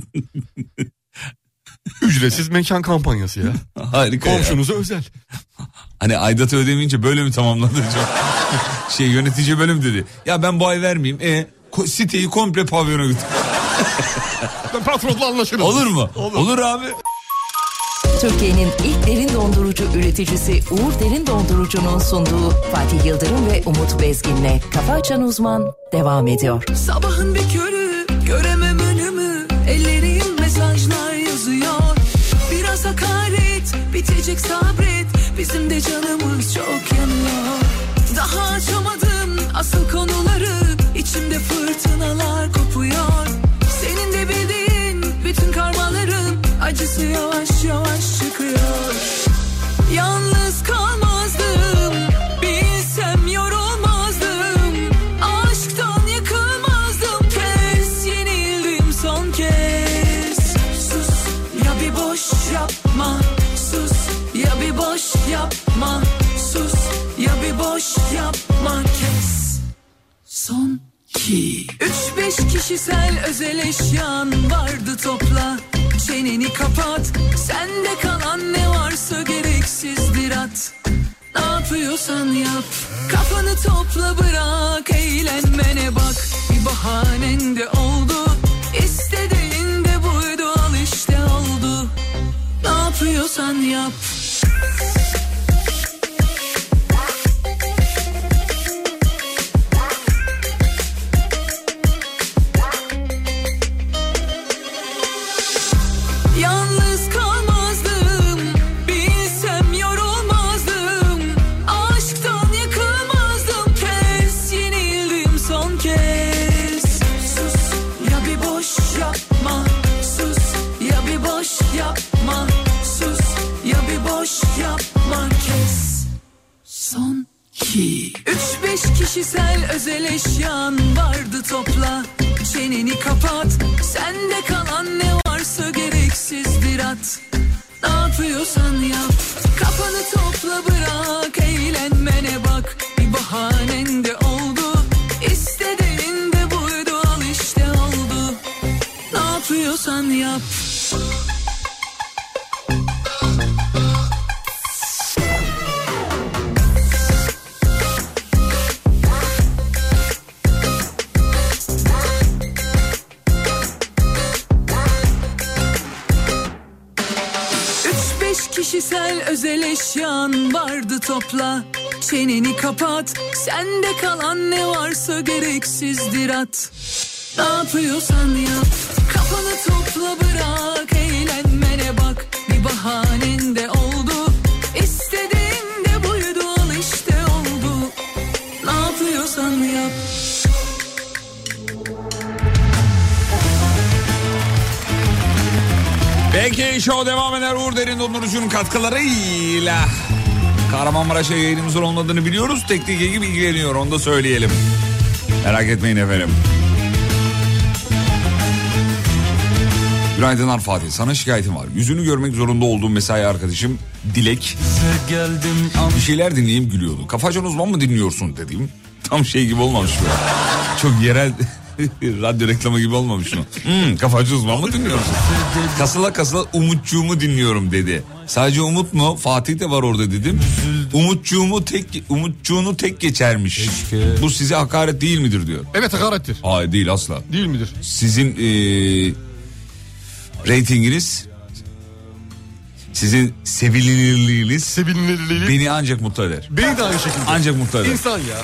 Ücretsiz mekan kampanyası
*laughs*
ya.
Harika ya.
Komşunuza özel.
Hani aidatı ödemeyince böyle mi tamamladı hocam? şey yönetici bölüm dedi. Ya ben bu ay vermeyeyim. E ko- siteyi komple pavyona götür.
Ben patronla anlaşırım.
Olur mu? Olur, abi.
Türkiye'nin ilk derin dondurucu üreticisi Uğur Derin Dondurucu'nun sunduğu Fatih Yıldırım ve Umut Bezgin'le Kafa Açan Uzman devam ediyor.
Sabahın bir körü göremem önümü Ellerim mesajlar yazıyor Biraz hakaret bitecek sabret Bizim de canımız çok yanıyor Daha açamadım asıl konuları içimde fırtınalar kopuyor Senin de bildiğin bütün karmaların Acısı yavaş yavaş çıkıyor Yalnız kalmazdım Bilsem yorulmazdım Aşktan yıkılmazdım Kes yenildim son kez Sus ya bir boş yapma Sus ya bir boş yapma Sus ya bir boş yapma Kes son ki Üç beş kişisel özel eşyan vardı topla Çeneni kapat Sende kalan ne varsa gereksizdir at Ne yapıyorsan yap Kafanı topla bırak Eğlenmene bak Bir bahanen de oldu İstediğin de buydu Al işte oldu Ne yapıyorsan yap Yalnız kalmazdım Bilsem yorulmazdım Aşktan yıkılmazdım Kes yenildim son kez Sus ya bir boş yapma Sus ya bir boş yapma Sus ya bir boş yapma Kes son ki Üç beş kişisel özel eşyan vardı topla Çeneni kapat Sende kalan ne varsa gereksizdir at Ne yapıyorsan yap Kafanı topla bırak Eğlenmene bak Bir bahanen de oldu İstediğin de buydu Al işte oldu Ne yapıyorsan yap Üç beş kişisel özel eşyan vardı topla Çeneni kapat Sende kalan ne varsa gereksizdir at
Ne yapıyorsan yap Kafanı topla bırak Eğlenmene bak Bir bahanen de oldu İstediğim de buydu Al işte oldu Ne yapıyorsan yap
Peki show devam eder Uğur Derin Dondurucu'nun katkılarıyla. Kahramanmaraş'a yayınımızın olmadığını biliyoruz. Teknik ekip ilgileniyor onu da söyleyelim. Merak etmeyin efendim. Günaydınlar Fatih. Sana şikayetim var. Yüzünü görmek zorunda olduğum mesai arkadaşım Dilek. Bir şeyler dinleyeyim gülüyordu. Kafacan uzman mı dinliyorsun dediğim. Tam şey gibi olmamış mı? Çok yerel *laughs* radyo reklamı gibi olmamış mı? Hmm, kafacan uzman mı dinliyorsun? Kasıla kasıla Umutçuğumu dinliyorum dedi. Sadece Umut mu? Fatih de var orada dedim. Umutçuğumu tek, Umutçuğunu tek geçermiş. Bu size hakaret değil midir diyor.
Evet hakarettir.
Hayır değil asla.
Değil midir?
Sizin eee reytinginiz, sizin sevilirliğiniz
Sevinirliliği.
beni ancak mutlu eder.
Beni de aynı şekilde.
Ancak mutlu eder.
İnsan ya.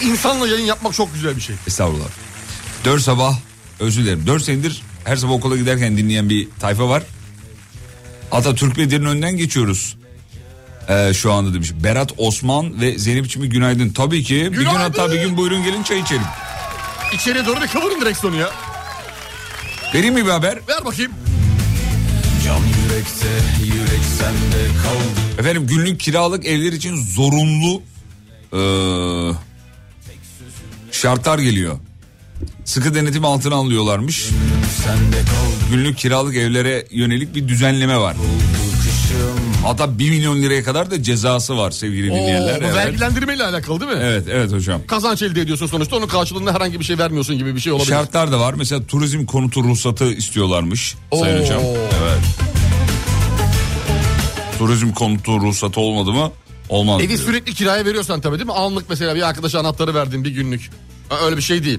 Bir insanla yayın yapmak çok güzel bir şey.
Estağfurullah. Dört sabah, özür dilerim. Dört senedir her sabah okula giderken dinleyen bir tayfa var. Atatürk Bedir'in önünden geçiyoruz. Eee, şu anda demiş. Berat Osman ve Zeynep için bir günaydın. Tabii ki. Bir gün
Günaydın.
hatta bir gün buyurun gelin çay içelim.
İçeriye doğru da kıvırın direksiyonu ya.
Vereyim mi bir haber?
Ver bakayım.
Efendim günlük kiralık evler için zorunlu eee, şartlar geliyor. Sıkı denetim altına alıyorlarmış. Günlük kiralık evlere yönelik bir düzenleme var. Hatta 1 milyon liraya kadar da cezası var sevgili dinleyenler.
Oo, bu
Evet.
vergilendirmeyle alakalı değil mi?
evet evet hocam.
Kazanç elde ediyorsun sonuçta onun karşılığında herhangi bir şey vermiyorsun gibi bir şey olabilir.
Şartlar da var. Mesela turizm konutu ruhsatı istiyorlarmış sayın
Oo.
hocam. Evet. Turizm konutu ruhsatı olmadı mı? Olmaz.
Evi
diyor.
sürekli kiraya veriyorsan tabii değil mi? Anlık mesela bir arkadaşa anahtarı verdin bir günlük. Ha, Öyle bir şey değil.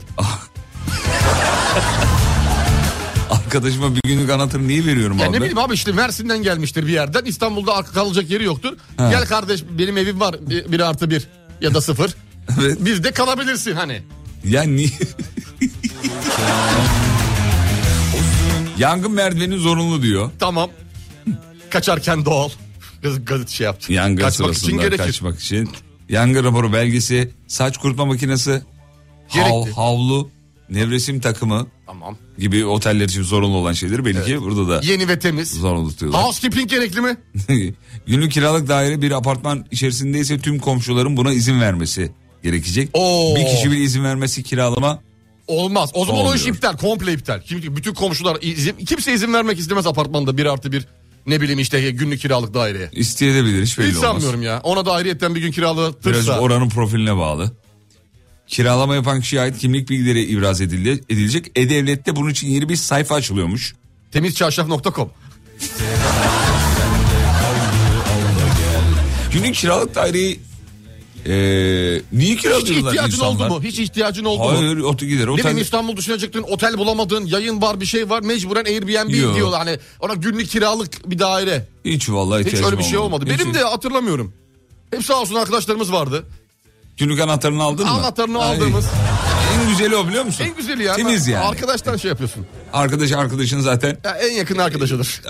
Arkadaşıma bir günlük anahtarı niye veriyorum
Ya
abi?
ne bileyim abi işte Mersin'den gelmiştir bir yerden. İstanbul'da ar- kalacak yeri yoktur. Gel kardeş benim evim var. Bir, bir artı bir ya da sıfır.
*laughs* Evet.
Bir de kalabilirsin hani.
Ya niye? *laughs* Yangın merdiveni zorunlu diyor.
Tamam. Kaçarken doğal. Gaz- Gazet şey yaptı.
Yangın
Kaçmak için
sırasında
gerekir.
kaçmak için. Yangın raporu belgesi, saç kurutma makinesi, hav,
Gerekli.
havlu, nevresim takımı
Tamam.
gibi oteller için zorunlu olan şeyleri belki burada da
Yeni ve temiz.
zorunlu tutuyorlar.
Housekeeping gerekli mi?
Günlük kiralık daire bir apartman içerisindeyse tüm komşuların buna izin vermesi gerekecek.
Oo.
Bir kişi bile izin vermesi kiralama
Olmaz. O zaman o iş
Olmuyor.
iptal. Komple iptal. Çünkü bütün komşular izin, kimse izin vermek istemez apartmanda bir artı bir ne bileyim işte günlük kiralık daireye.
isteyebilir hiç belli
Hiç
olmaz.
sanmıyorum ya. Ona da ayrıyetten bir gün
Biraz
kiralatırsa.
oranın profiline bağlı. Kiralama yapan kişiye ait kimlik bilgileri ibraz edildi- edilecek. E-Devlet'te bunun için yeni bir sayfa açılıyormuş.
Temizçarşaf.com
Günlük kiralık daireyi e, niye
Hiç
kiralıyorlar
ihtiyacın oldu
insanlar?
mu? Hiç ihtiyacın oldu mu?
Hayır o gider.
Ne bileyim
Otel,
İstanbul düşünecektin otel bulamadın yayın var bir şey var mecburen Airbnb
Yok.
diyorlar hani ona günlük kiralık bir daire.
hiç vallahi
Hiç
ihtiyacım
öyle bir şey olmadı.
Hiç-
Benim de hatırlamıyorum. Hep sağ olsun arkadaşlarımız vardı.
Günlük anahtarını aldın mı?
Anahtarını
Ay,
aldığımız.
En güzeli o biliyor musun?
En güzeli ya.
Temiz yani.
Arkadaştan şey yapıyorsun.
Arkadaş arkadaşın zaten
Ya en yakın
*laughs*
arkadaşıdır.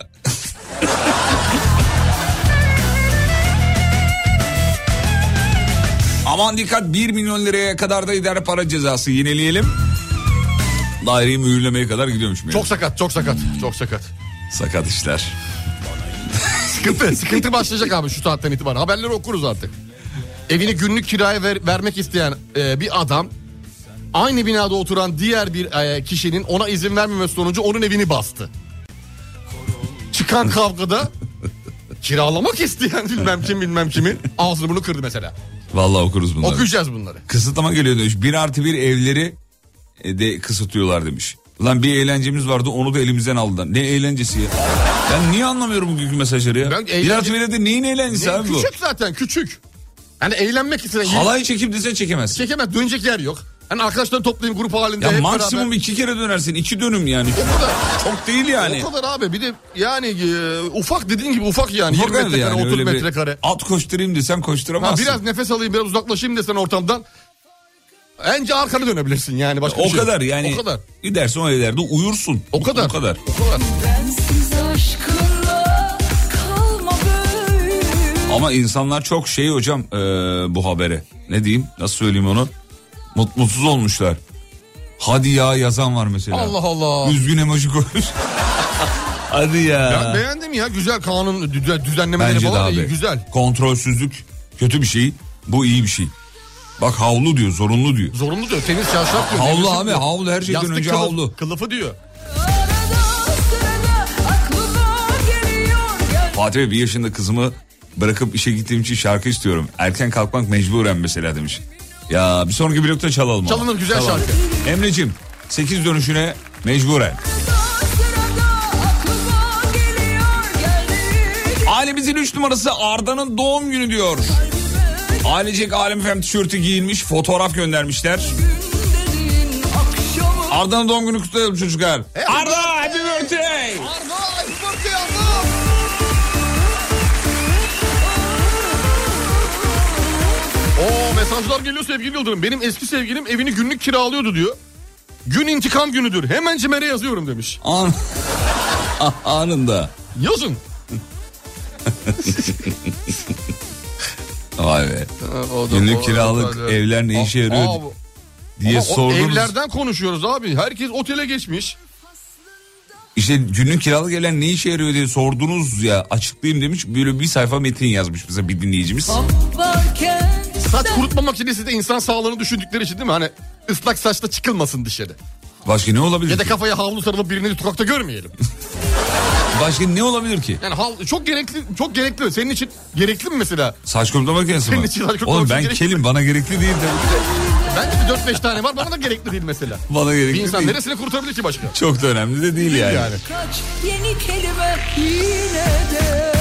Aman dikkat 1 milyon liraya kadar da idare para cezası yenileyelim. Daireyi mühürlemeye kadar gidiyormuş.
Çok sakat, çok sakat, çok sakat.
sakat işler.
Sıkıntı, sıkıntı başlayacak abi şu saatten itibaren. Haberleri okuruz artık. Evini günlük kiraya ver- vermek isteyen e, bir adam aynı binada oturan diğer bir e, kişinin ona izin vermemesi sonucu onun evini bastı. Çıkan kavgada kiralamak isteyen bilmem kim bilmem kimin ağzını bunu kırdı mesela.
Vallahi okuruz bunları.
Okuyacağız bunları.
Kısıtlama geliyor demiş. Bir artı bir evleri e, de kısıtlıyorlar demiş. Lan bir eğlencemiz vardı onu da elimizden aldılar. Ne eğlencesi ya? Ben niye anlamıyorum bugünkü mesajları ya?
Ben
Bir
eğlence-
artı bir evde neyin eğlencesi
Ne,
abi bu?
E, küçük zaten küçük. Yani eğlenmek isteyen
Halay çekip dese çekemez.
çekemez dönecek yer yok. Hani arkadaşları toplayayım grup halinde
ya
hep
maksimum
beraber.
iki kere dönersin. iki dönüm yani.
O kadar.
Çok değil yani.
O kadar abi bir de yani e, ufak dediğin gibi ufak yani
Ufak
20
evde
metrekare
yani,
30
öyle bir
metrekare.
At koşturayım desen
Ha,
koşturamazsın.
biraz nefes alayım biraz uzaklaşayım desen ortamdan Bence arkana dönebilirsin yani başka bir
O
şey yok.
kadar yani.
O kadar.
Gidersin o evlerde uyursun.
O kadar.
O kadar.
O kadar.
Bensiz aşkınla kalma böyle
Ama insanlar çok şey hocam e, bu habere. Ne diyeyim nasıl söyleyeyim onu? Mut, mutsuz olmuşlar. Hadi ya yazan var mesela.
Allah Allah.
Üzgün
*laughs*
emoji koymuş. Hadi ya.
Ben beğendim ya güzel kanun düze- düzenlemeleri
Bence de
falan da iyi,
abi.
güzel.
Kontrolsüzlük kötü bir şey. Bu iyi bir şey. Bak havlu diyor zorunlu diyor.
Zorunlu diyor. Temiz çarşaf diyor.
Havlu
mevsim
abi,
diyor.
havlu, her şeyden
Yastık
önce
kılıf-
havlu.
Kılıfı diyor.
Arada sırada aklıma geliyor gel
Fatih Bey bir yaşında kızımı bırakıp işe gittiğim için şarkı istiyorum. Erken kalkmak mecburen mesela demiş. Ya bir sonraki blokta çalalım. ama.
Çalınır güzel şarkı.
Emre'cim 8 dönüşüne mecburen.
sırada aklıma geliyor geldi
Ailemizin 3 numarası Arda'nın doğum günü diyor. Ailecek Alem Fem tişörtü giyinmiş fotoğraf göndermişler.
günlerin akşamı
Arda'nın doğum günü kutlayalım çocuklar. Arda happy birthday.
Oo mesajlar geliyor sevgili Yıldırım. Benim eski sevgilim evini günlük kiralıyordu diyor. Gün intikam günüdür. Hemen Cimer'e yazıyorum demiş.
An *laughs* anında.
Yazın.
Vay be. Günlük kiralık evler ne işe yarıyor
Aa, bu-
diye
ama o
sordunuz.
Evlerden konuşuyoruz abi. Herkes otele geçmiş.
İşte günlük kiralık evler ne işe yarıyor diye sordunuz ya açıklayayım demiş. Böyle bir sayfa metin yazmış bize bir dinleyicimiz.
varken
Saç kurutma makinesi de insan sağlığını düşündükleri için değil mi? Hani ıslak saçla çıkılmasın dışarı.
Başka ne olabilir?
Ya
*laughs*
da
ki?
kafaya havlu sarılıp birini sokakta görmeyelim.
Başka ne olabilir ki?
Yani havlu çok gerekli çok gerekli. Senin için gerekli mi mesela?
Saç kurutma makinesi
Senin
mi?
için saç kurutma
Oğlum
makinesi
ben
gerekli
kelim bana gerekli değil de.
Bence bir 4-5 tane var. Bana da gerekli değil mesela.
Bana
Bir
gerekli
insan
değil.
neresini kurtarabilir ki başka?
Çok da önemli de değil yani.
Yani.
kaç yeni kelime yine de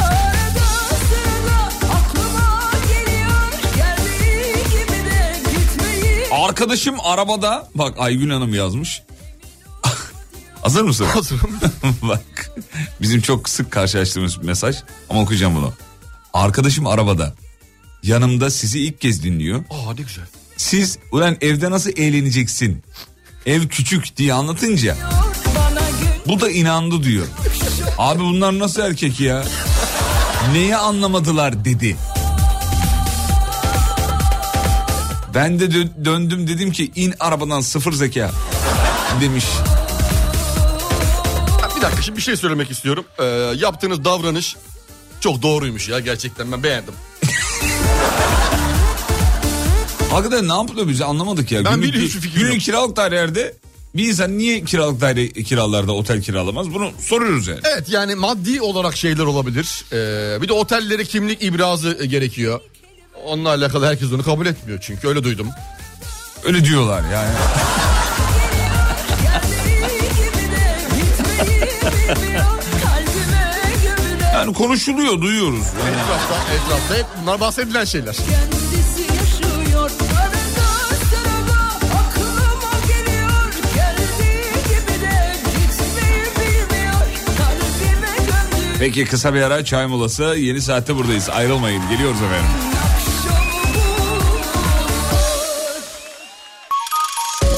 arada sırada aklıma geliyor geldiği gibi de gitmeyi
Arkadaşım arabada bak Aygül Hanım yazmış. *laughs* Hazır mısın?
Hazırım.
*laughs* bak bizim çok sık karşılaştığımız bir mesaj ama okuyacağım bunu. Arkadaşım arabada yanımda sizi ilk kez dinliyor.
Aa ne güzel.
Siz ulan evde nasıl eğleneceksin? Ev küçük diye anlatınca
bana gül
bu da inandı diyor. Abi bunlar nasıl erkek ya? Neyi anlamadılar dedi. Ben de dö- döndüm dedim ki in arabadan sıfır zeka demiş.
Ya bir dakika şimdi bir şey söylemek istiyorum. Ee, yaptığınız davranış çok doğruymuş ya gerçekten ben beğendim.
Hakikaten ne yapılıyor bize anlamadık ya.
Ben
günlük,
bile hiçbir fikrim
günlük
yok.
kiralık dairelerde bir insan niye kiralık daire kiralarda otel kiralamaz? Bunu soruyoruz yani.
Evet yani maddi olarak şeyler olabilir. Ee, bir de otellere kimlik ibrazı e, gerekiyor. Onunla alakalı herkes onu kabul etmiyor çünkü öyle duydum.
Öyle diyorlar yani.
geldiği gibi de gitmeyi bilmiyor kalbime gömülen
Yani konuşuluyor duyuyoruz.
Etrafta, etrafta hep bunlar bahsedilen şeyler.
kendisi yaşıyor arada sırada aklıma geliyor geldiği gibi de gitmeyi bilmiyor kalbime gömdüğü
Peki kısa bir ara çay molası yeni saatte buradayız ayrılmayın geliyoruz efendim.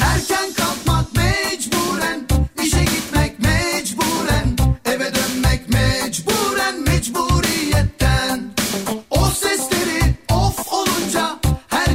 Erken kalkmak mecburen, işe gitmek mecburen, eve dönmek mecburen mecburiyetten. O sesleri of olunca her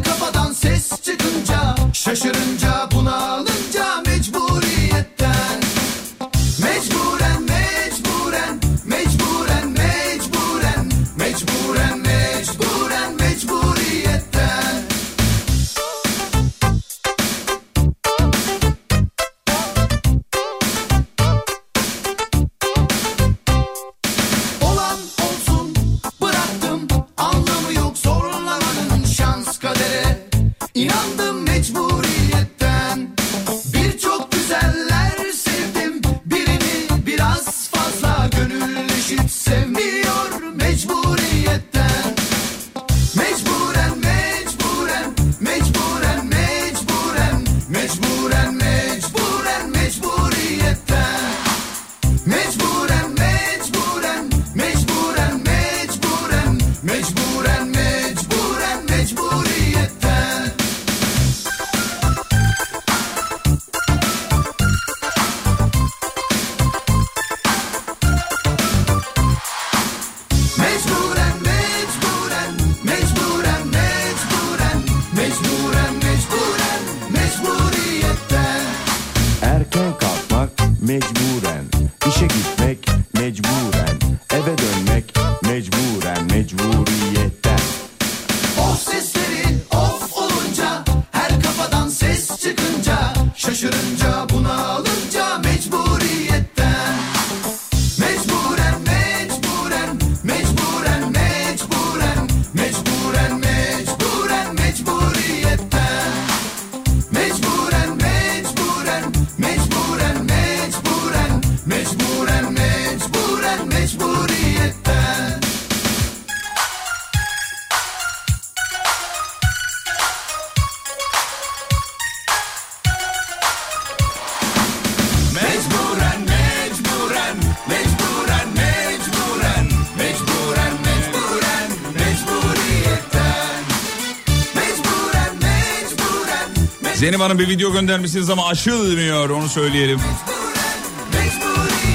Zeynep Hanım bir video göndermişsiniz ama aşılmıyor onu söyleyelim.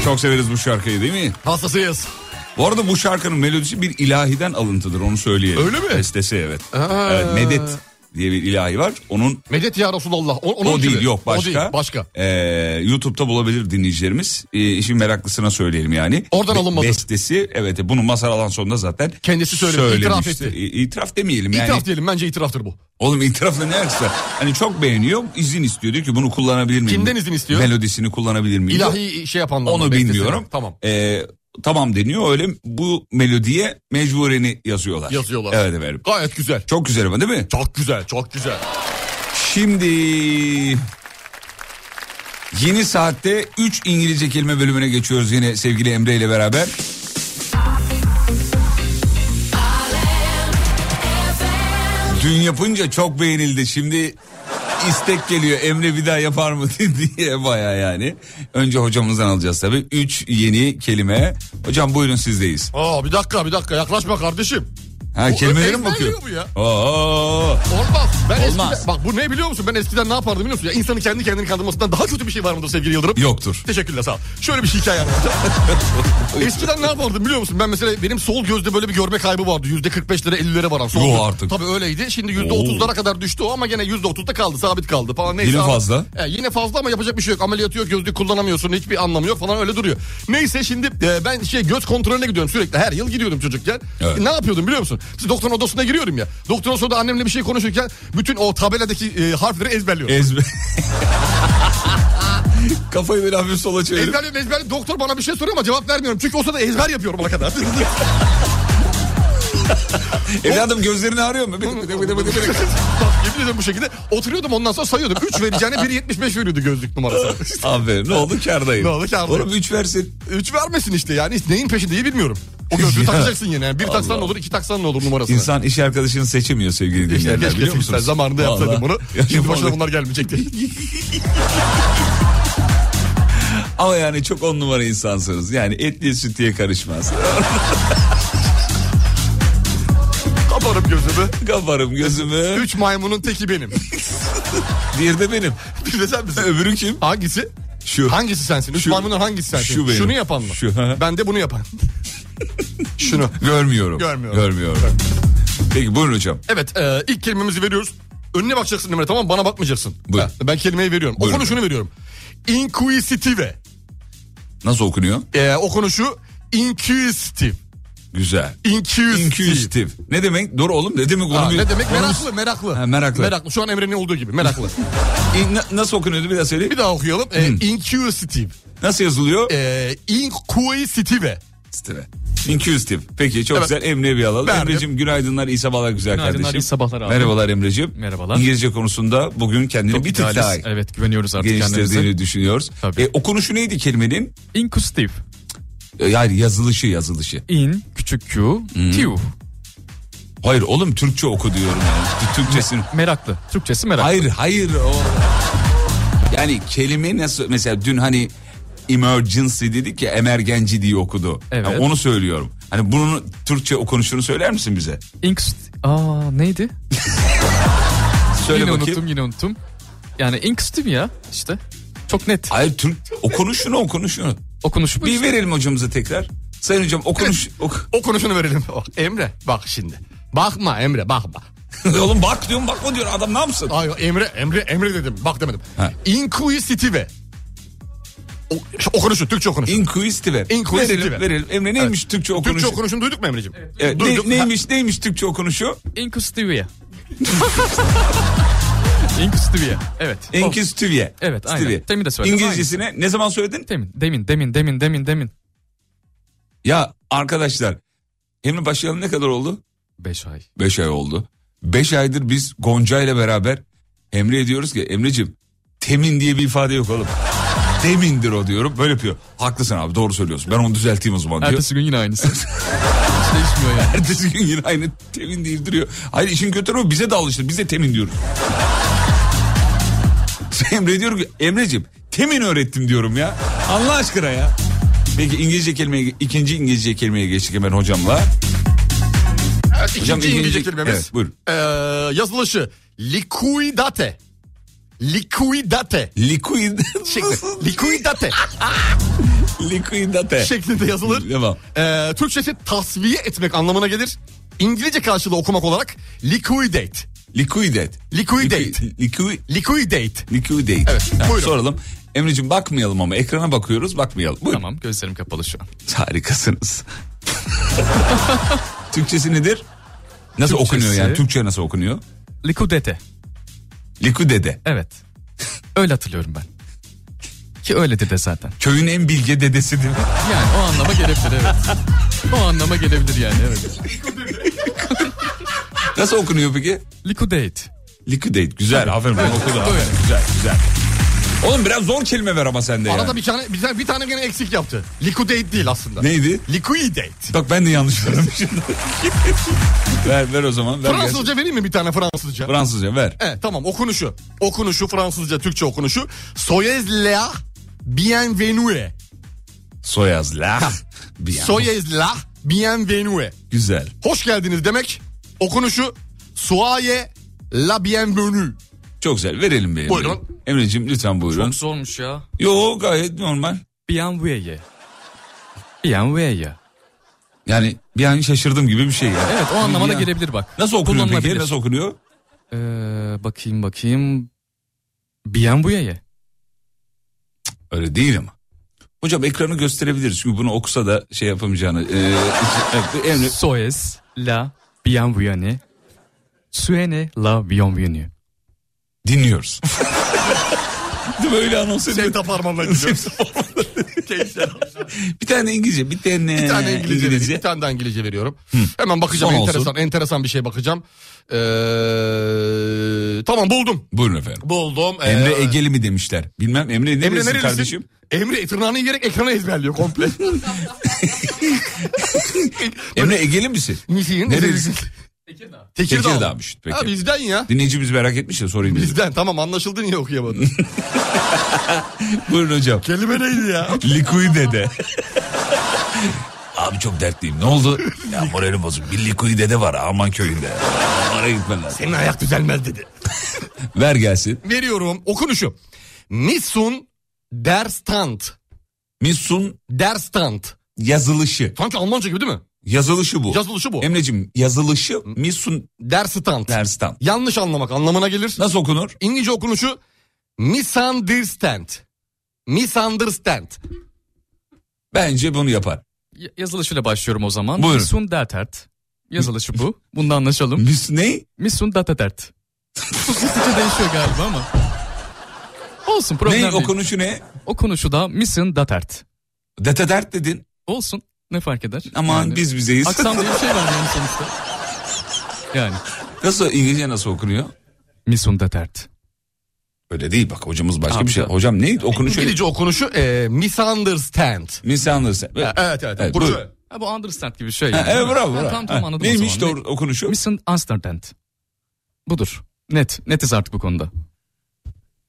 Çok severiz bu şarkıyı değil mi?
Hastasıyız.
Bu arada bu şarkının melodisi bir ilahiden alıntıdır onu söyleyelim.
Öyle mi?
Bestesi evet.
Ha.
evet medet diye bir ilahi var. Onun
Medet ya Resulallah. O, onun
o
gibi.
değil yok başka.
O değil başka.
Ee, YouTube'da bulabilir dinleyicilerimiz. Ee, işin meraklısına söyleyelim yani.
Oradan alınmadı.
Bestesi evet bunu Masar Alan sonunda zaten
Kendisi söyledi, itiraf
söylemişti.
etti.
İ- İtiraf demeyelim yani.
İtiraf diyelim bence itiraftır bu.
Oğlum itirafla ne alakası var? Hani çok beğeniyor izin istiyor diyor ki bunu kullanabilir miyim?
Kimden izin istiyor?
Melodisini kullanabilir miyim?
İlahi şey yapanlar.
Onu
bestesi.
bilmiyorum.
Tamam.
Ee, tamam deniyor öyle bu melodiye mecbureni yazıyorlar.
Yazıyorlar.
Evet efendim.
Gayet güzel.
Çok güzel ama değil mi?
Çok güzel, çok güzel.
Şimdi yeni saatte 3 İngilizce kelime bölümüne geçiyoruz yine sevgili Emre ile beraber. Dün yapınca çok beğenildi. Şimdi istek geliyor Emre bir daha yapar mı *laughs* diye baya yani. Önce hocamızdan alacağız tabii. 3 yeni kelime. Hocam buyurun sizdeyiz.
Aa bir dakika, bir dakika yaklaşma kardeşim.
Ha
Bu
kelimelere mi
ezberliyor
bakıyor?
bu ya.
Oo.
Olmaz. Ben
Olmaz.
Eskiden, bak bu ne biliyor musun? Ben eskiden ne yapardım biliyor musun? Ya insanın kendi kendini kandırmasından daha kötü bir şey var mıdır sevgili Yıldırım?
Yoktur.
Teşekkürler sağ ol. Şöyle bir şey hikaye
*laughs*
anlatacağım. Eskiden ne yapardım biliyor musun? Ben mesela benim sol gözde böyle bir görme kaybı vardı. Yüzde 45'lere 50'lere varan. Sol
Yok
göz-
artık.
Tabii öyleydi. Şimdi yüzde
Oo.
30'lara kadar düştü o ama gene yüzde 30'da kaldı. Sabit kaldı falan. Neyse
Yine
ama-
fazla.
E, yine fazla ama yapacak bir şey yok. Ameliyatı yok. Gözlük kullanamıyorsun. Hiçbir anlamı yok falan öyle duruyor. Neyse şimdi e, ben şey göz kontrolüne gidiyorum sürekli. Her yıl gidiyordum çocukken. E,
Evet.
Ne yapıyordum biliyor musun? Şimdi doktorun odasına giriyorum ya. Doktorun odasında annemle bir şey konuşurken bütün o tabeladaki e, harfleri ezberliyorum.
Ezber. *laughs* Kafayı böyle hafif sola çevirip.
Ezberliyorum ezberliyorum. Doktor bana bir şey soruyor ama cevap vermiyorum. Çünkü o sırada ezber yapıyorum ona
*laughs*
kadar.
Evladım gözlerini ağrıyor mu? *laughs*
Bak yemin ederim bu şekilde oturuyordum ondan sonra sayıyordum. 3 vereceğine 1.75 veriyordu gözlük
*laughs*
numarası.
Abi ne oldu kardayım.
Ne oldu, kârdayım.
Oğlum 3 versin.
3 vermesin işte yani neyin peşindeyi bilmiyorum. O gözlüğü
Ya.
takacaksın yine. Yani. Bir taksan
Allah.
olur iki taksan ne olur numarasını.
İnsan iş arkadaşını seçemiyor sevgili
İşte
dinleyenler
keşke
biliyor
sen
musunuz?
zamanında yapsaydın
Vallahi. *laughs*
bunu. Şimdi başına
Yapamadım.
bunlar gelmeyecekti.
Ama yani çok on numara insansınız. Yani etliye sütliye karışmaz. *laughs*
Kaparım gözümü.
Kaparım gözümü.
Üç maymunun teki benim.
Diğer de benim.
*laughs* Bir de sen misin?
Öbürü kim?
Hangisi?
Şu.
Hangisi sensin? Üç
Şu-
maymunun hangisi sensin?
şu benim.
Şunu yapan mı?
Şu, ha.
ben de bunu yapan. Şunu.
Görmüyorum.
Görmüyorum.
Görmüyorum. Peki buyurun hocam.
Evet e, ilk kelimemizi veriyoruz. Önüne bakacaksın Emre tamam mı? Bana bakmayacaksın.
Buyur.
Ha, Ben kelimeyi veriyorum.
Buyurun.
Okunuşunu veriyorum. Inquisitive.
Nasıl okunuyor?
E, okunuşu inquisitive.
Güzel.
Inquisitive.
İnküzitif. Ne demek? Dur oğlum ne demek? Onu
Ha,
bir-
ne demek?
onu bir-
Meraklı, meraklı.
Ha, meraklı.
Meraklı. Şu an Emre'nin olduğu gibi
*laughs*
meraklı.
İn- na- nasıl okunuyordu bir daha söyle.
Bir daha okuyalım. E, inquisitive.
Nasıl yazılıyor?
E, inquisitive.
Steve. İnküzitif. Peki çok
Evet.
güzel. Emre'ye bir alalım.
Verdim.
Emre'cim günaydınlar, iyi sabahlar güzel
Günaydınlar,
kardeşim.
iyi sabahlar abi.
Merhabalar Emre'cim.
Merhabalar.
İngilizce konusunda bugün kendini bir tık
idealiz.
daha
Evet güveniyoruz artık kendimize.
geliştirdiğini düşünüyoruz.
Tabii.
E, okunuşu neydi kelimenin?
Incusitive.
E, Yani yazılışı yazılışı.
In küçük Q. Tiu.
Hayır oğlum Türkçe oku diyorum yani. Türkçesini.
Meraklı. Türkçesi merak.
Hayır hayır o. Yani kelime nasıl mesela dün hani emergency dedik ya emergenci diye okudu.
Evet.
Yani onu söylüyorum. Hani bunun Türkçe okunuşunu söyler misin bize?
Incust... Aa neydi?
Söyle
yine
bakayım.
unuttum yine unuttum. Yani incusitive ya işte. Çok net.
Hayır Türk okunuşunu okunuşunu.
Okunuşu bu
Bir
işte.
verelim hocamıza tekrar. Sayın hocam okunuş ok-
Okunuşunu verelim. Bak, Emre bak şimdi. Bakma Emre bakma.
*laughs* Oğlum bak diyorum bakma diyor adam ne yapsın?
Ay Emre Emre Emre dedim. Bak demedim.
Ha.
Inquisitive. O, şu okunuşu Türkçe okunuşu.
Inquisitive.
Inquisitive.
Verelim, verelim. Emre neymiş Türkçe okunuşu?
Türkçe okunuşunu duyduk mu Emre'ciğim?
Evet, ne-
Duyduk.
neymiş neymiş Türkçe okunuşu? *laughs*
Incusitive ya. Incusitive ya. Evet.
Inquisitive.
Evet, aynen.
Stivie.
Demin de söyledim,
İngilizcesine ne zaman söyledin?
Demin demin demin demin demin demin.
Ya arkadaşlar Emre başlayalım ne kadar oldu?
5 ay.
5 ay oldu. 5 aydır biz Gonca ile beraber Emre'ye diyoruz ki Emre'cim temin diye bir ifade yok oğlum. *laughs* Demindir o diyorum. Böyle yapıyor. Haklısın abi doğru söylüyorsun. Ben onu düzelteyim o zaman diyor.
Ertesi gün yine aynısı. Hiç değişmiyor yani.
Ertesi gün yine aynı temin deyip duruyor. Hayır işin kötü o bize de alıştı. Biz de temin diyoruz. *laughs* Emre diyor ki Emre'cim temin öğrettim diyorum ya. Allah aşkına ya. Peki İngilizce kelimeye, ikinci İngilizce kelimeye geçtik hemen hocamla.
Evet, ikinci
İngilizce-
İngilizce kelimemiz.
Evet, buyurun.
Ee, yazılışı. Liquidate. Liquidate.
Liquid. *laughs* şey,
Şeklinde.
şey? *laughs*
Liquidate
Liquidate.
şeklinde yazılır.
Devam.
Ee, Türkçesi tasfiye etmek anlamına gelir. İngilizce karşılığı okumak olarak liquidate.
Liquidate.
Liquidate.
Liquid.
Liquidate.
Liquidate. Evet,
buyurun.
soralım. Emre'cim bakmayalım ama ekrana bakıyoruz bakmayalım. Buyurun.
Tamam gözlerim kapalı şu an.
Harikasınız. *laughs* Türkçesi nedir? Nasıl
Türkçesi-
okunuyor yani? Türkçe nasıl okunuyor?
Likudete.
Likudede.
Evet. Öyle hatırlıyorum ben. Ki öyledir de zaten.
Köyün en bilge dedesidir.
Yani o anlama gelebilir evet. O anlama gelebilir yani evet.
Nasıl okunuyor peki?
Likudate.
Liquidate. Güzel. Aferin. Ben okudum.
Öyle.
Aferin. Güzel. Güzel. Oğlum biraz zor kelime ver ama sende ya.
Arada bir tane, bir tane, bir tane gene eksik yaptı. Liquidate değil aslında.
Neydi?
Liquidate.
Bak ben de yanlış vermişim. ver ver o zaman. Ver gelsin.
Fransızca vereyim mi bir tane Fransızca?
Fransızca ver.
Evet tamam okunuşu. Okunuşu Fransızca, Türkçe okunuşu. Soyez la bienvenue.
Soyaz la. Bir yana.
Soyez la bienvenue.
Güzel.
Hoş geldiniz demek. Okunuşu soye la bienvenue.
Çok güzel. Verelim bir.
Buyurun.
Emre'ye. Emre'cim lütfen buyurun.
Çok zormuş ya.
Yo gayet normal.
Bianweye. Bianweye.
Yani bir an şaşırdım gibi bir şey ya.
Evet o anlama da
Bir an-
gelebilir bak.
Nasıl okunuyor peki?
Kullanılabilir.
Nasıl okunuyor?
Ee, bakayım bakayım. Bianweye.
Öyle değil ama. Hocam ekranı gösterebiliriz. Çünkü bunu okusa da şey yapamayacağını. Ee, evet, *laughs* Emre
Soes la bienvenue. Suene la bienvenue.
dinliyoruz. Değil mi? Öyle anons ediyor.
Sevda parmağımla gidiyoruz.
Bir tane İngilizce, bir tane, e,
Bir tane Ee, İngilizce, vereyim, Bir tane daha İngilizce veriyorum. Hemen bakacağım
Son olsun.
enteresan, enteresan bir şey bakacağım. Ee, tamam buldum.
Buyurun efendim.
Buldum. Ee,
Emre Egeli mi demişler? Bilmem Emre
Emre
neresi
nerelisin?
kardeşim?
Emre tırnağını yiyerek ekrana ezberliyor komple.
Emre Egeli misin?
Nisiyin
Nerelisin?
Tekirdağ.
Tekirdağ'mış. Peki.
Ha, bizden ya.
Dinleyicimiz merak etmiş ya sorayım dedim.
Bizden tamam anlaşıldı niye okuyamadın?
Buyurun hocam.
Kelime neydi ya?
Likvidede. Abi çok dertliyim. Ne oldu? Ya moralim bozuk. Bir Likvidede var Alman köyünde. Oraya gitmen lazım.
Senin ayak düzelmez dedi.
Ver gelsin.
Veriyorum okunuşu. Nisun derstand.
Missun
Derstand.
yazılışı.
Sanki Almanca gibi değil mi?
Yazılışı bu.
Yazılışı bu.
Emre'cim yazılışı Missun
Derstand.
Derstan.
Yanlış anlamak anlamına gelir.
Nasıl okunur?
İngilizce okunuşu misunderstand. Misunderstand.
Şey- Bence bunu yapar.
Ya- Yazılışıyla başlıyorum o zaman.
Buyurun.
Misun datert. Yazılışı bu. Bunda anlaşalım.
Mis ne?
Misun datert. Türkçe değişiyor galiba ama. Olsun problem
Ne
değil.
okunuşu ne?
O konuşu da Misun datert.
Detedert dedin.
Olsun. Ne fark eder?
Aman
Yani
biz bizeyiz. *laughs*
Aksan diye bir şey var yani sonuçta. Yani.
Nasıl İngilizce nasıl okunuyor?
Misun datert.
Öyle değil bak hocamız başka
Abi
bir şey.
ya.
Hocam ne okunuşu?
İngilizce okunuşu e, misunderstand.
Misunderstand.
Evet evet.
E, Evet,
evet okunuşu.
buyurun.
Ha bu understand gibi bir şey.
Ha,
yani.
evet bravo.
Ha,
bravo.
Tamam tamam
Ha,
anladım o
Neymiş
zaman.
doğru okunuşu?
Misunderstand. Budur. Net. Netiz artık bu konuda.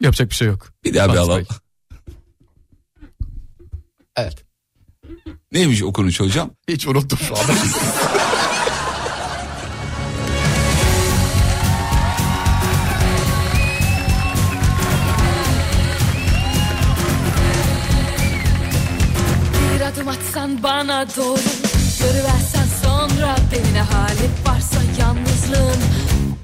Yapacak bir şey yok.
Bir daha bir
Fatih
alalım.
Bey.
Evet.
Neymiş okunuşu hocam?
Hiç unuttum şu
*laughs*
anda.
Bir adım atsan bana doğru Görüversen sonra beni ne hali varsa yalnızlığın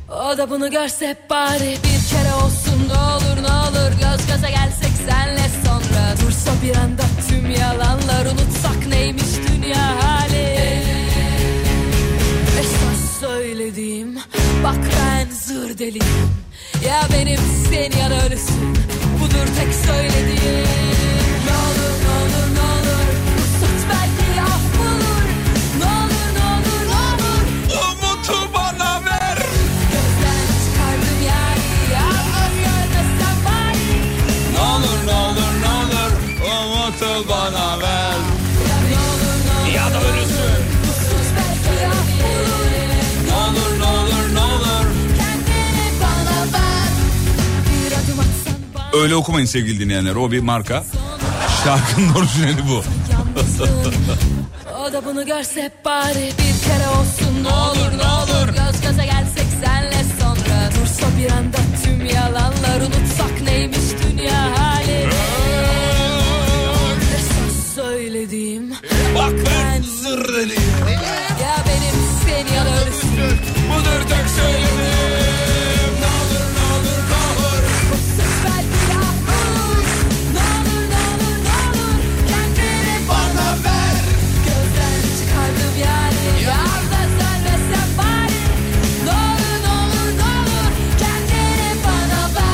O da bunu görse bari Bir kere olsun ne olur ne olur Göz göze gelsek senle sonra Dursa bir anda tüm yalanlar Unutsak neymiş dünya hali Esas söylediğim Bak ben zır deliyim Ya benim sen ya da ölüsün Budur tek söylediğim Ne olur ne olur ne olur Tut belki af bulur Ne olur ne olur ne olur
Umutu bana ver.
Gözden çıkardım yani Yalnız görmesem bari
Ne olur ne olur ne olur. Umutu bana ver.
Ne olur ne olur
Ya da ölürsün.
Tut belki af bulur
Ne olur ne olur ne olur.
Kendini bana ver Bir adım atsan bana
Öyle okumayın sevgili dinleyenler. O bir marka. Şarkının orijinali bu.
Yalnızlığın O da bunu görse bari bir kere olsun ne olur ne olur Göz göze gelsek senle sonra Dursa bir anda tüm yalanlar unutsak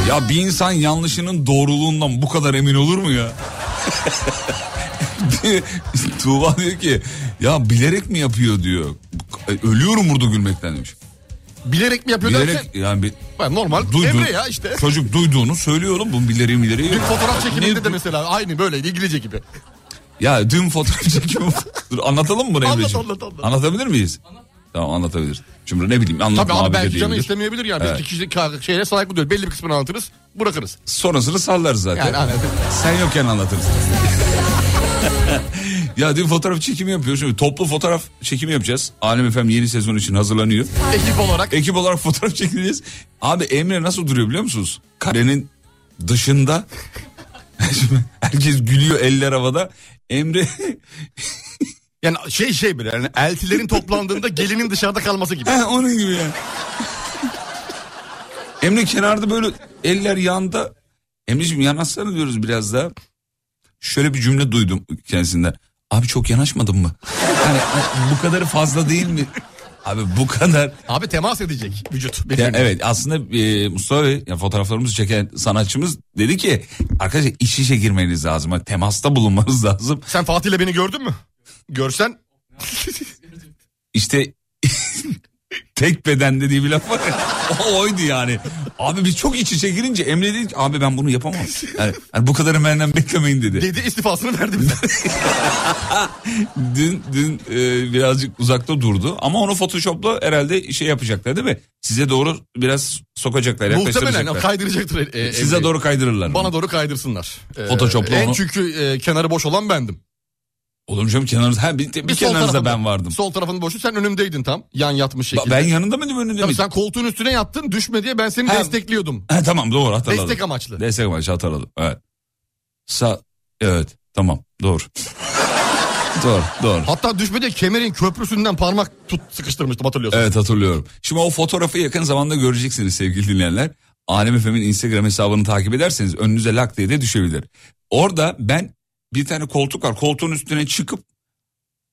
Ya bir insan yanlışının doğruluğundan bu kadar emin olur mu ya? *laughs* Bir- Tuğba diyor ki ya bilerek mi yapıyor diyor. "E, Ölüyorum burada gülmekten demiş.
Bilerek mi yapıyor derken?
Bilerek yani bir-
Ben Normal
duydu-
evre ya işte.
Çocuk duyduğunu söylüyor oğlum. Bunun bileri mileri.
Dün
yok.
fotoğraf
Ne-
çekiminde de mesela aynı böyleydi İngilizce gibi.
Ya dün fotoğraf *laughs* çekimi. Dur anlatalım mı bunu
Anlat,
Emre'ciğim?
anlat, anlat.
Anlatabilir miyiz? Tamam anlatabilir. Şimdi ne bileyim anlatma
Tabii abi
abi de
belki canı
diyebilir.
istemeyebilir yani.
Evet.
Biz kişilik ka- şeyle saygı duyuyoruz. Belli bir kısmını anlatırız bırakırız.
Sonrasını sallarız zaten. *laughs*
Yani hani anladım.
Sen yokken anlatırız. *laughs* ya dün fotoğraf çekimi yapıyoruz. Şimdi toplu fotoğraf çekimi yapacağız. Alem Efem yeni sezon için hazırlanıyor.
Ekip olarak
Ekip olarak *laughs* fotoğraf çekileceğiz. Abi Emre nasıl duruyor biliyor musunuz? Karenin dışında. *laughs* Şimdi Herkes gülüyor eller havada. Emre
yani şey şey bile yani eltilerin toplandığında gelinin dışarıda kalması gibi.
He, *laughs* onun gibi yani. Emre kenarda böyle eller yanda. Emre'cim yanaşsana diyoruz biraz daha. Şöyle bir cümle duydum kendisinden. Abi çok yanaşmadın mı? Yani bu kadarı fazla değil mi? Abi bu kadar.
Abi temas edecek vücut.
Ya evet aslında e, Mustafa Bey yani fotoğraflarımızı çeken sanatçımız dedi ki arkadaşlar iç işe girmeniz lazım. Hani temasta bulunmanız *laughs* lazım.
Sen Fatih'le beni gördün mü? Görsen
İşte *laughs* tek beden dediği bir laf var ya. O oydu yani. Abi biz çok iç içe girince Emre dedi ki abi ben bunu yapamam. Yani, yani bu kadarı benden beklemeyin dedi.
dedi istifasını verdi *laughs* bize.
Dün dün e, birazcık uzakta durdu ama onu Photoshop'la herhalde şey yapacaklar değil mi? Size doğru biraz sokacaklar
Muhtemelen
yaklaştıracaklar.
kaydıracaktır. e, e,
Size
Emre'yi.
doğru kaydırırlar.
Bana doğru kaydırsınlar. Ee,
Photoshop'la
En
onu-
çünkü e, kenarı boş olan bendim.
Olur mu canım kenarınızda? Ha, bir, bir,
Bir sol
kenarınızda
tarafında-
ben vardım.
Sol tarafın boşu sen önümdeydin tam. Yan yatmış
Ba-
şekilde.
ben yanında mıydım önünde
Tabii
miydim?
sen koltuğun üstüne yattın düşme diye ben seni
Ha.
destekliyordum.
Ha, tamam doğru hatırladım.
Destek amaçlı.
Destek amaçlı şey hatırladım. Evet. Sa evet tamam doğru. *laughs* doğru doğru.
Hatta düşmede kemerin köprüsünden parmak tut sıkıştırmıştım hatırlıyorsun.
Evet hatırlıyorum. Şimdi o fotoğrafı yakın zamanda göreceksiniz sevgili dinleyenler. Alem FM'in Instagram hesabını takip ederseniz önünüze lak diye de düşebilir. Orada ben bir tane koltuk var. Koltuğun üstüne çıkıp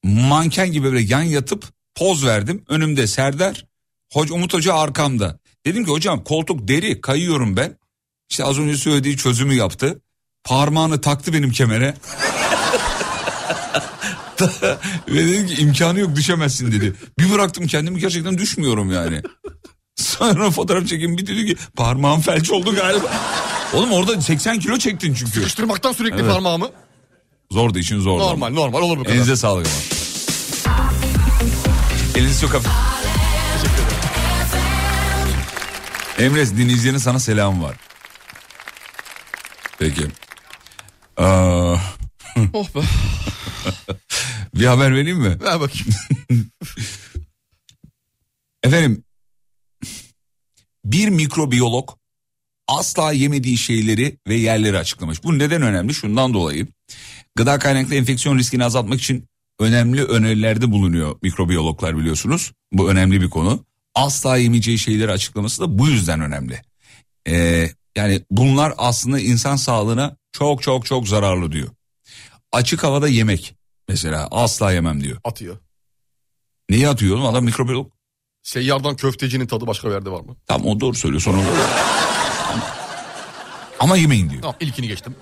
manken gibi böyle yan yatıp poz verdim. Önümde Serdar, Hoca Umut Hoca arkamda. Dedim ki hocam koltuk deri kayıyorum ben. İşte az önce söylediği çözümü yaptı. Parmağını taktı benim kemere. *laughs* Ve dedim ki imkanı yok düşemezsin dedi. Bir bıraktım kendimi gerçekten düşmüyorum yani. Sonra fotoğraf çekim bir dedi ki parmağım felç oldu galiba. Oğlum orada 80 kilo çektin çünkü.
Sıkıştırmaktan sürekli parmağımı.
Zordu işin zordu. ama.
Normal normal olur bu kadar.
Elinize sağlık ama. Eliniz çok hafif. Emre dinleyicilerin sana selamı var. Peki. Aa,
Oh be.
*laughs* bir haber vereyim mi?
Ver bakayım.
*laughs* Efendim bir mikrobiyolog asla yemediği şeyleri ve yerleri açıklamış. Bu neden önemli? Şundan dolayı gıda kaynaklı enfeksiyon riskini azaltmak için önemli önerilerde bulunuyor mikrobiyologlar biliyorsunuz. Bu önemli bir konu. Asla yemeyeceği şeyleri açıklaması da bu yüzden önemli. Ee, yani bunlar aslında insan sağlığına çok çok çok zararlı diyor. Açık havada yemek mesela asla yemem diyor.
Atıyor.
Niye atıyor oğlum? adam mikrobiyolog?
Seyyardan köftecinin tadı başka verdi var mı?
Tamam o doğru söylüyor sonra doğru. Ama- Ama yemeyin diyor.
Tamam ilkini geçtim.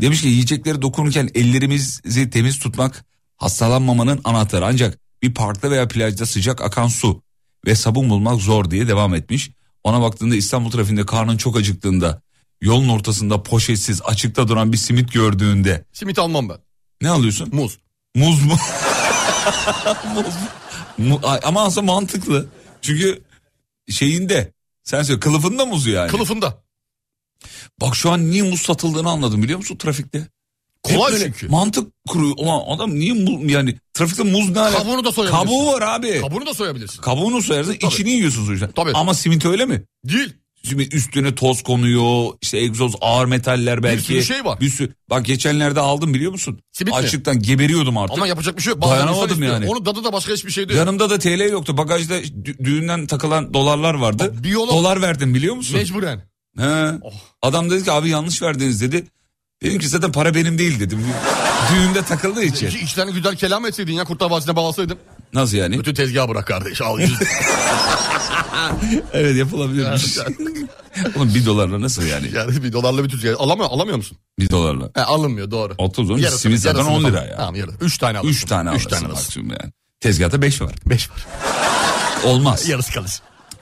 Demiş ki yiyeceklere dokunurken ellerimizi temiz tutmak hastalanmamanın anahtarı. Ancak bir parkta veya plajda sıcak akan su ve sabun bulmak zor diye devam etmiş. Ona baktığında İstanbul trafiğinde karnın çok acıktığında yolun ortasında poşetsiz açıkta duran bir simit gördüğünde
Simit almam ben.
ne alıyorsun?
Muz.
Muz mu? *laughs* Muz mu? Mu- Ay, Ama aslında mantıklı. Çünkü şeyinde sen söyle kılıfında muz yani.
Kılıfında.
Bak şu an niye muz satıldığını anladım biliyor musun trafikte? Hep
Kolay
böyle
çünkü.
Mantık kuruyor. Ulan adam niye muz yani trafikte muz ne alaka?
Kabuğunu da soyabilirsin.
Kabuğu var abi.
Kabuğunu da soyabilirsin.
Kabuğunu soyarsın
Tabii.
içini yiyorsun sonuçta.
Tabii.
Ama simit öyle mi?
Değil.
Şimdi üstüne toz konuyor işte egzoz ağır metaller belki.
sürü şey var.
Bir sürü- Bak geçenlerde aldım biliyor musun?
Simit mi?
Açlıktan geberiyordum artık.
Ama yapacak bir şey yok.
Dayanamadım
insan istiyor.
yani.
Onun tadı da başka hiçbir şey değil.
Yanımda da TL yoktu. Bagajda dü- düğünden takılan dolarlar vardı.
Bak, biyolog-
Dolar verdim biliyor musun?
Mecburen.
He.
Oh.
Adam dedi ki abi yanlış verdiniz dedi. Dedim ki zaten para benim değil dedim. Düğünde takıldığı için.
İki, iki tane güzel kelam etseydin ya kurtlar vadisine bağlasaydın.
Nasıl yani? *laughs*
Bütün tezgahı bırak kardeş al yüz.
Evet yapılabilirmiş. *laughs* Oğlum bir dolarla nasıl yani?
Yani bir dolarla bir tüzük. Alamıyor, alamıyor musun?
Bir dolarla.
He, alınmıyor doğru.
30 olmuş
Yarısı-
simit zaten
yarısını
10 lira
falan.
ya.
Tamam yarı. 3 tane alırsın.
3 tane
Üç
alırsın
tane alırsın.
maksimum yani. Tezgahta 5 var. *laughs*
5 var.
Olmaz.
Yarısı kalır.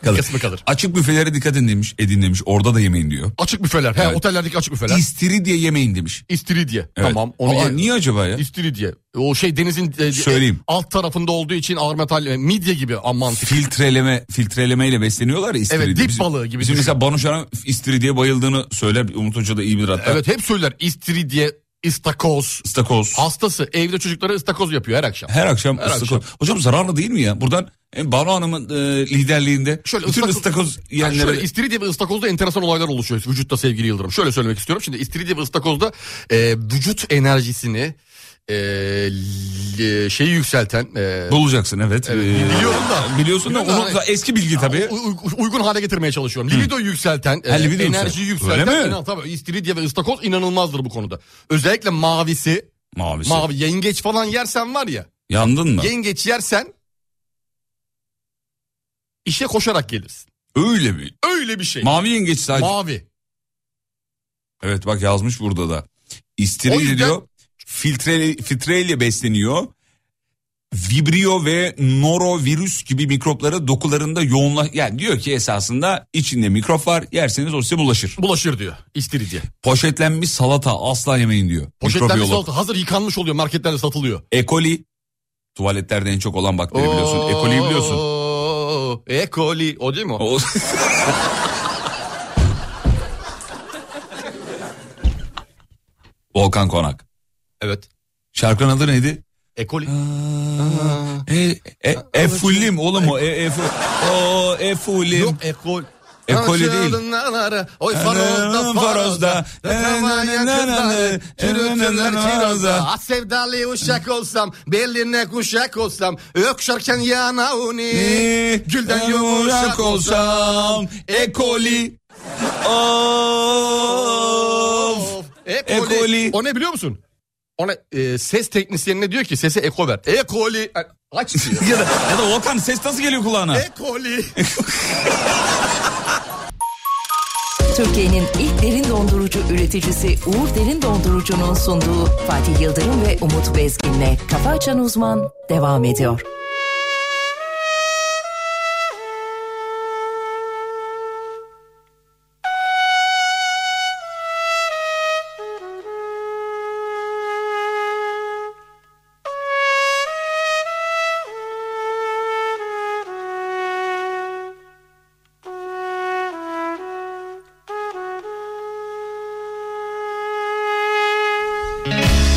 Kalır.
Kısmı kalır.
Açık büfelere dikkat edin demiş, edin demiş. Orada da yemeyin diyor.
Açık büfeler. He,
Evet.
otellerdeki açık büfeler.
İstiridye yemeyin demiş.
İstiridye.
Evet.
Tamam. Onu
Aa,
ye-
niye acaba ya?
İstiridye. O şey denizin e,
Söyleyeyim.
e, alt tarafında olduğu için ağır metal e, midye gibi aman
filtreleme filtrelemeyle besleniyorlar ya istiridye.
Evet, dip
Bizim-
balığı gibi
Bizim
düşün.
mesela Banu Şen'in istiridye bayıldığını söyler. Umut Hoca da iyi bilir hatta.
Evet hep söyler istiridye, istakoz.
İstakoz.
Hastası evde çocuklara istakoz yapıyor her akşam.
Her akşam
Her
ıstakoz.
akşam.
Hocam zararlı değil mi ya? Buradan e, Banu Hanım'ın e, liderliğinde
Şöyle
bütün
ıstakoz-
ıstakoz,
Yani
yiyenlere...
şöyle istiridye ve ıstakozda enteresan olaylar oluşuyor vücutta sevgili Yıldırım. Şöyle söylemek istiyorum. Şimdi istiridye ve ıstakozda e, vücut enerjisini e, l- şeyi yükselten e,
bulacaksın evet.
Evet,
Ee,
biliyorum da.
Biliyorsun da
Biliyorum da,
onu da eski bilgi tabii.
u- u- uygun hale getirmeye çalışıyorum. Libido yükselten,
Ha,
e,
libido
enerjiyi
yükselten.
yükselten.
Öyle mi?
inan- tabii istiridye ve ıstakoz inanılmazdır bu konuda. Özellikle mavisi,
Mavisi.
mavi yengeç falan yersen var ya.
Yandın mı?
Yengeç yersen işe koşarak gelirsin.
Öyle mi?
Öyle bir şey.
Mavi yengeç sadece.
Mavi.
Evet bak yazmış burada da. İstiridye
O yüzden-
diyor. Filtre, filtreyle besleniyor. Vibrio ve norovirüs gibi mikropları dokularında yoğunla... Yani diyor ki esasında içinde mikrop var yerseniz o size bulaşır.
Bulaşır diyor istiridye.
Poşetlenmiş salata asla yemeyin diyor.
Poşetlenmiş
Mikrobiyolog.
salata hazır yıkanmış oluyor marketlerde satılıyor.
E. coli. Tuvaletlerde en çok olan bakteri biliyorsun. E. coli'yi biliyorsun.
Oo, E. coli o değil mi o?
O- *laughs* Volkan Konak.
Evet.
Şarkının adı neydi?
E. coli.
E, e, e fullim oğlum o. E, e, fu- o, e fullim.
Yok E. coli.
E. coli değil.
Oy farozda farozda. Tamam yakında. Çürütürler çirozda. Ah sevdalı uşak olsam. Beline kuşak olsam. Ökşerken yana uni.
e, Gülden yumuşak olsam. E. coli. Of.
E.
E.
coli.
coli.
O ne biliyor musun? Ona e, ses teknisyenine diyor ki sese eko ver. E. coli. Ay, Aç
*laughs*
diyor.
ya da, ya da Volkan ses nasıl geliyor kulağına?
E. coli.
Türkiye'nin ilk derin dondurucu üreticisi Uğur Derin Dondurucu'nun sunduğu Fatih Yıldırım ve Umut Bezgin'le Kafa Açan Uzman devam ediyor.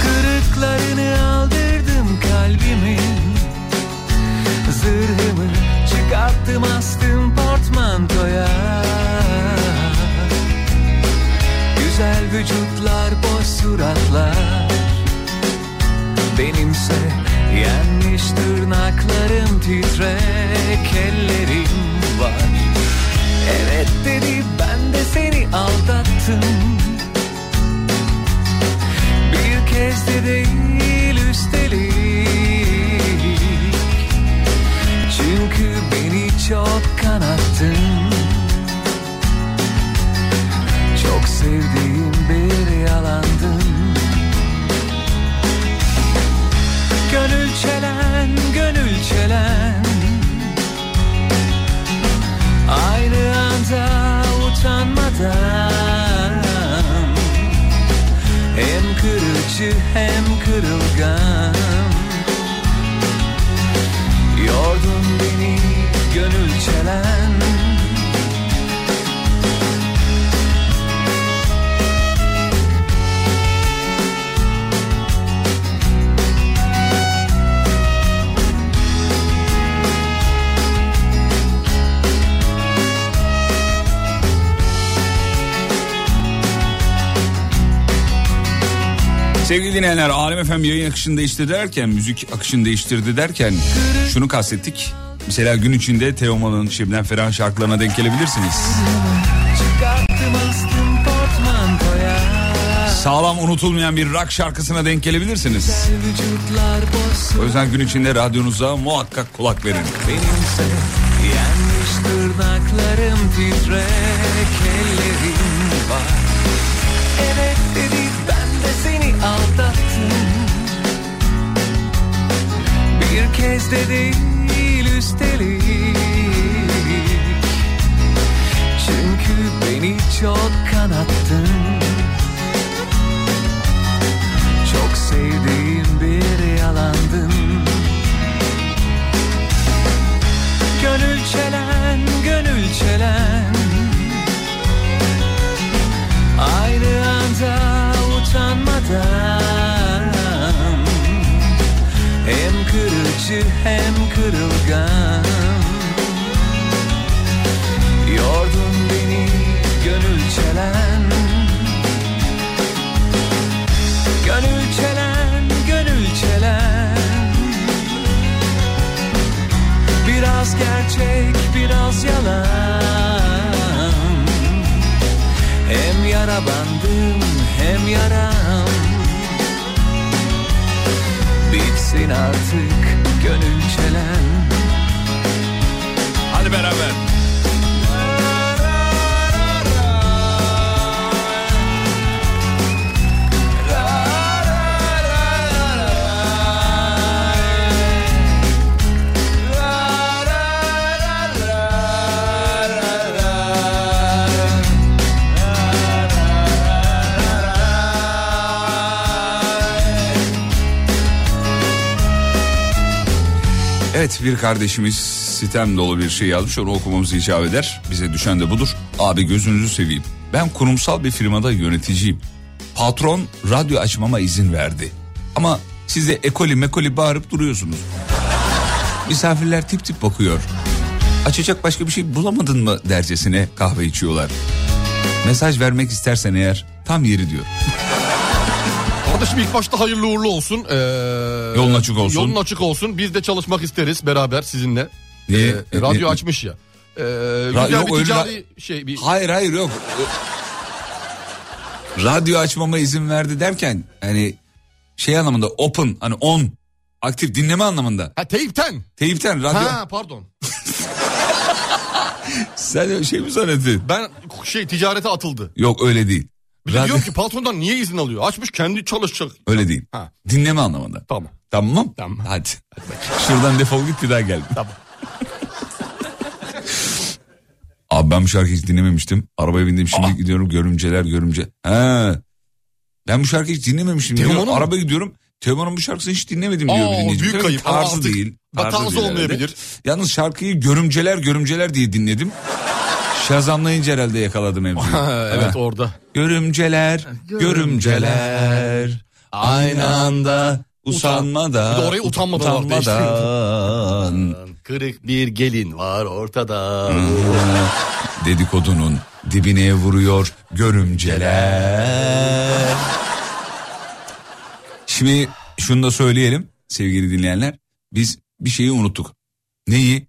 Kırıklarını aldırdım kalbimin Zırhımı çıkarttım astım portmantoya Güzel vücutlar boş suratlar Benimse yenmiş tırnaklarım titrek ellerim var Evet dedi ben de seni aldattım bir kez de değil üstelik Çünkü beni çok kanattın Çok sevdiğim bir yalandın Gönül çelen, gönül çelen Aynı anda utanmadan hem kırıcı hem kırılgan Yordun beni gönül çelen
Sevgili dinleyenler Alem Efem yayın akışını değiştirdi derken müzik akışını değiştirdi derken şunu kastettik. Mesela gün içinde Teoman'ın Şebnem Ferah şarkılarına denk gelebilirsiniz.
Çıkarttım astım portmantoya
Sağlam unutulmayan bir rock şarkısına denk gelebilirsiniz.
Vücutlar boz
O yüzden gün içinde radyonuza muhakkak kulak verin.
benimse Yenmiş tırnaklarım titrek ellerim gözlerin var Evet dedi ben de seni aldattım Bir kez de değil üstelik Çünkü beni çok kanattın Çok sevdiğim bir yalandın Gönül çelen, gönül çelen Aynı anda utanmadan Hem kırıcı hem kırılgan Yordun beni gönül çelen Gönül çelen, gönül çelen Biraz gerçek biraz yalan Hem yara bandım hem yaram Bitsin artık gönül çelen
Hadi beraber. Evet bir kardeşimiz sitem dolu bir şey yazmış onu okumamız icap eder. Bize düşen de budur. Abi gözünüzü seveyim. Ben kurumsal bir firmada yöneticiyim. Patron radyo açmama izin verdi. Ama size ekoli mekoli bağırıp duruyorsunuz. Misafirler tip tip bakıyor. Açacak başka bir şey bulamadın mı dercesine kahve içiyorlar. Mesaj vermek istersen eğer tam yeri diyor.
Kardeşim ilk başta hayırlı uğurlu olsun. Ee,
Yolun açık olsun.
Yolun açık olsun. Biz de çalışmak isteriz beraber sizinle.
Niye?
Ee,
E,
radyo
e,
açmış ya. Ee,
yok,
güzel bir
öyle-
ticari şey bir
Hayır hayır yok. Radyo açmama izin verdi derken hani şey anlamında open hani on aktif dinleme anlamında.
Ha teypten.
Teyipten radyo.
Ha pardon.
Sen şey mi zannettin?
Ben şey ticarete atıldı.
Yok öyle değil.
Bir de
Radyo-
diyor ki patrondan niye izin alıyor? Açmış kendi çalışacak.
Öyle değil.
Ha.
Dinleme anlamında.
Tamam.
Tamam.
Tamam.
Hadi. Şuradan defol git bir daha gel.
Tamam.
*laughs* Abi ben bu şarkıyı hiç dinlememiştim. Arabaya bindim şimdi gidiyorum görümceler görümce. He. Ben bu şarkıyı hiç dinlememiştim.
Teoman'ın
diyor.
mı?
Arabaya gidiyorum. Teoman'ın bu şarkısını hiç dinlemedim diyor.
Aa,
bir dinleyici.
büyük
Tabii
kayıp. Ama
Tarzı
artık
değil.
tarzı
değil herhalde.
olmayabilir.
Yalnız şarkıyı görümceler görümceler
*laughs*
diye dinledim. Şazamlayınca herhalde yakaladım mevzuyu.
Ha, *laughs* evet
Ha.
orada.
Görümceler, görümceler. Aynı anda usanmadan.
Bir de orayı utanmadan var,
utanmadan
*laughs* Kırık bir gelin var ortada.
Hmm. dedikodunun dibine vuruyor görümceler. Şimdi şunu da söyleyelim sevgili dinleyenler. Biz bir şeyi unuttuk. Neyi?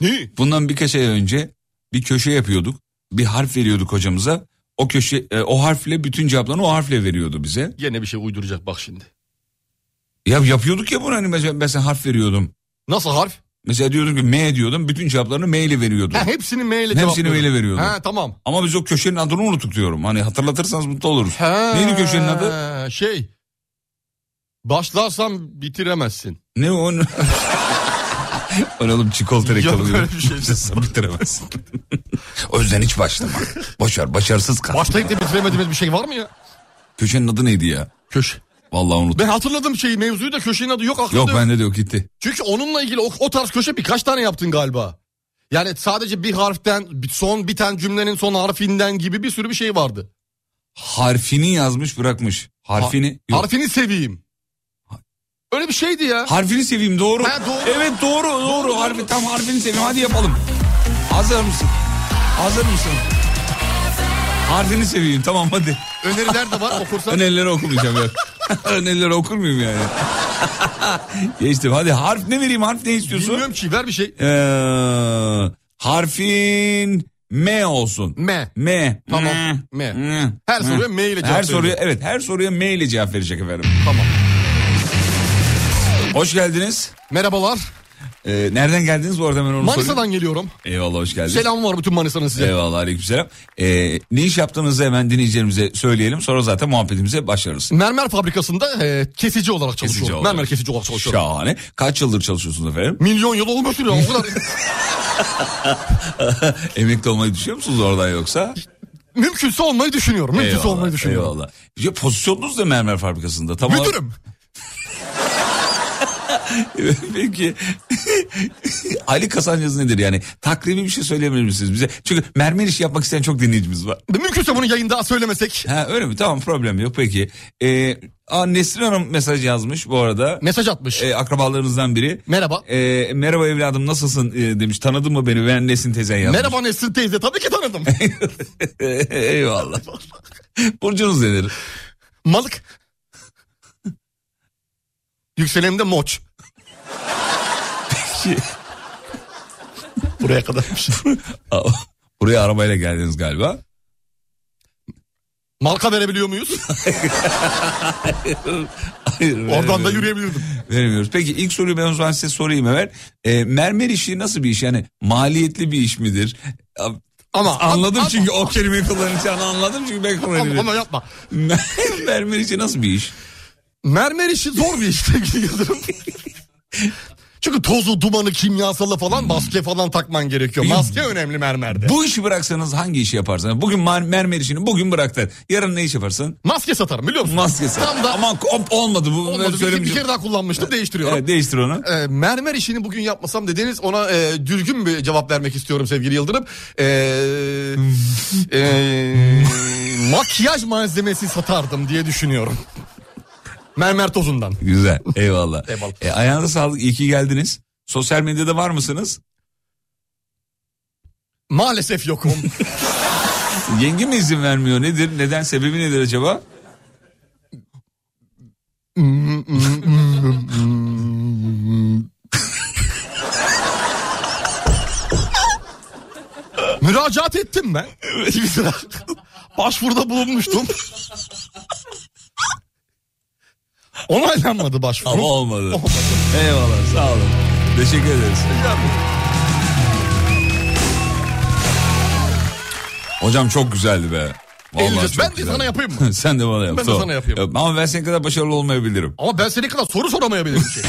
Ne?
Bundan birkaç ay önce bir köşe yapıyorduk. Bir harf veriyorduk hocamıza. O köşe e, o harfle bütün cevaplarını o harfle veriyordu bize.
Yine bir şey uyduracak bak şimdi.
Ya yapıyorduk ya bunu hani mesela, mesela harf veriyordum.
Nasıl harf?
Mesela diyordum ki M diyordum. Bütün cevaplarını M ile veriyordum.
Ha, *laughs* hepsini maille
Hepsini
cevaplıyorum.
maille veriyordum.
Ha tamam.
Ama biz o köşenin adını unuttuk diyorum. Hani hatırlatırsanız
*laughs*
mutlu oluruz.
Ha,
Neydi köşenin adı?
Şey. Başlarsan bitiremezsin.
Ne o?
*laughs*
Öyle oğlum çikolata reklamı gibi.
öyle bir şey.
Sen *laughs* bitiremezsin. o yüzden hiç başlama. Boşver başarısız kal.
Başlayıp da bitiremediğimiz bir şey var mı ya?
Köşenin adı neydi ya?
Köşe.
Vallahi unuttum.
Ben hatırladım şeyi mevzuyu da köşenin adı yok aklımda.
Yok bende de yok gitti.
Çünkü onunla ilgili o, o tarz köşe birkaç tane yaptın galiba. Yani sadece bir harften bir- son biten cümlenin son harfinden gibi bir sürü bir şey vardı.
Harfini yazmış bırakmış. Harfini. yok.
Harfini seveyim. Öyle bir şeydi ya.
Harfini seveyim doğru.
Ha, doğru.
Evet doğru doğru. Harfi, tam harfini seveyim hadi yapalım. Hazır mısın? Hazır mısın? Harfini seveyim tamam hadi.
Öneriler de *laughs* var okursan.
Önerileri okumayacağım yok. *laughs* Önerileri okur muyum yani? *laughs* Geçtim hadi harf ne vereyim harf ne istiyorsun?
Bilmiyorum ki ver bir şey.
Ee, harfin M olsun.
M.
M.
Tamam, M. Her soruya M ile cevap
Her soruya
verecek.
evet her soruya M ile cevap verecek efendim.
Tamam.
Hoş geldiniz.
Merhabalar.
Ee, nereden geldiniz bu arada ben onu sorayım.
Manisa'dan geliyorum.
Eyvallah hoş geldiniz.
Selam var bütün Manisa'nın size.
Eyvallah aleykümselam. Ee, ne iş yaptığınızı hemen dinleyicilerimize söyleyelim. Sonra zaten muhabbetimize başlarız.
Mermer fabrikasında e, kesici olarak çalışıyorum.
Kesici olarak.
Mermer kesici olarak çalışıyorum.
Şahane. Kaç yıldır çalışıyorsunuz efendim?
*laughs* Milyon yıl olmasın ya o
*laughs*
kadar.
Emekli olmayı düşünüyor musunuz oradan yoksa?
Mümkünse olmayı düşünüyorum. Mümkünse olmayı düşünüyorum.
Eyvallah. Ya pozisyonunuz da mermer fabrikasında. Tamam.
Müdürüm.
*laughs* Peki. *laughs* Ali kasancası nedir yani? Takribi bir şey söyleyebilir misiniz bize? Çünkü mermer işi yapmak isteyen çok dinleyicimiz var.
Mümkünse bunu yayında söylemesek.
Ha öyle mi? Tamam problem yok peki. Ee, aa, Nesrin Hanım mesaj yazmış bu arada.
Mesaj atmış.
Ee, akrabalarınızdan biri.
Merhaba.
Ee, merhaba evladım nasılsın ee, demiş. Tanıdın mı beni? Ben Nesin tezen yazmış.
Merhaba Nesrin teyze tabii ki tanıdım.
*laughs* Eyvallah. Burcunuz nedir? *laughs*
Malık. Yükselenimde moç. *laughs* Buraya kadarmış.
Aa, Buraya arabayla geldiniz galiba.
Malka verebiliyor
*laughs*
muyuz?
Hayır,
Oradan da
veremiyorum.
yürüyebilirdim.
Veremiyoruz. Peki ilk soruyu ben o zaman size sorayım evvel. Ee, mermer işi nasıl bir iş? Yani maliyetli bir iş midir? Ya,
Ama
Anladım
ama-
çünkü o kelimeyi kullanacağını anladım çünkü
Ama,
ben
ama
kullanıyorum.
yapma.
*laughs* mermer işi nasıl bir iş?
Mermer işi zor bir iş sevgili Yıldırım. Çünkü tozu, dumanı, kimyasalı falan maske falan takman gerekiyor. Maske önemli mermerde.
Bu işi bıraksanız hangi işi yaparsınız? Bugün mar- mermer işini bugün bıraktın. Yarın ne iş yaparsın?
Maske satarım biliyor musun?
Maskesi.
Tam da
Aman hop, olmadı bu.
olmadı. Bir, bir
söylemişim.
kere daha kullanmıştım değiştiriyorum.
Evet, değiştir onu.
Ee, mermer işini bugün yapmasam dediniz ona e, düzgün bir cevap vermek istiyorum sevgili Yıldırım. Ee,
*laughs*
e, makyaj malzemesi satardım diye düşünüyorum. Mermer tozundan.
Güzel. Eyvallah.
Eyvallah.
E, ayağınıza sağlık. İyi ki geldiniz. Sosyal medyada var mısınız?
Maalesef yokum.
Yenge mi izin vermiyor? Nedir? Neden? Sebebi nedir acaba?
Müracaat ettim ben. Başvuruda bulunmuştum. Onaylanmadı başvuru.
Ama olmadı. Eyvallah. Sağ olun. Teşekkür ederiz. Hocam çok güzeldi be. Vallahi
Elinize-
çok
ben de
güzeldi. *laughs*
sana yapayım *laughs* mı?
Sen de bana yap.
Ben de
sağ ol.
sana yapayım.
Yap. Ama ben senin kadar başarılı olmayabilirim.
Ama ben seni kadar soru soramayabilirim *laughs* ki.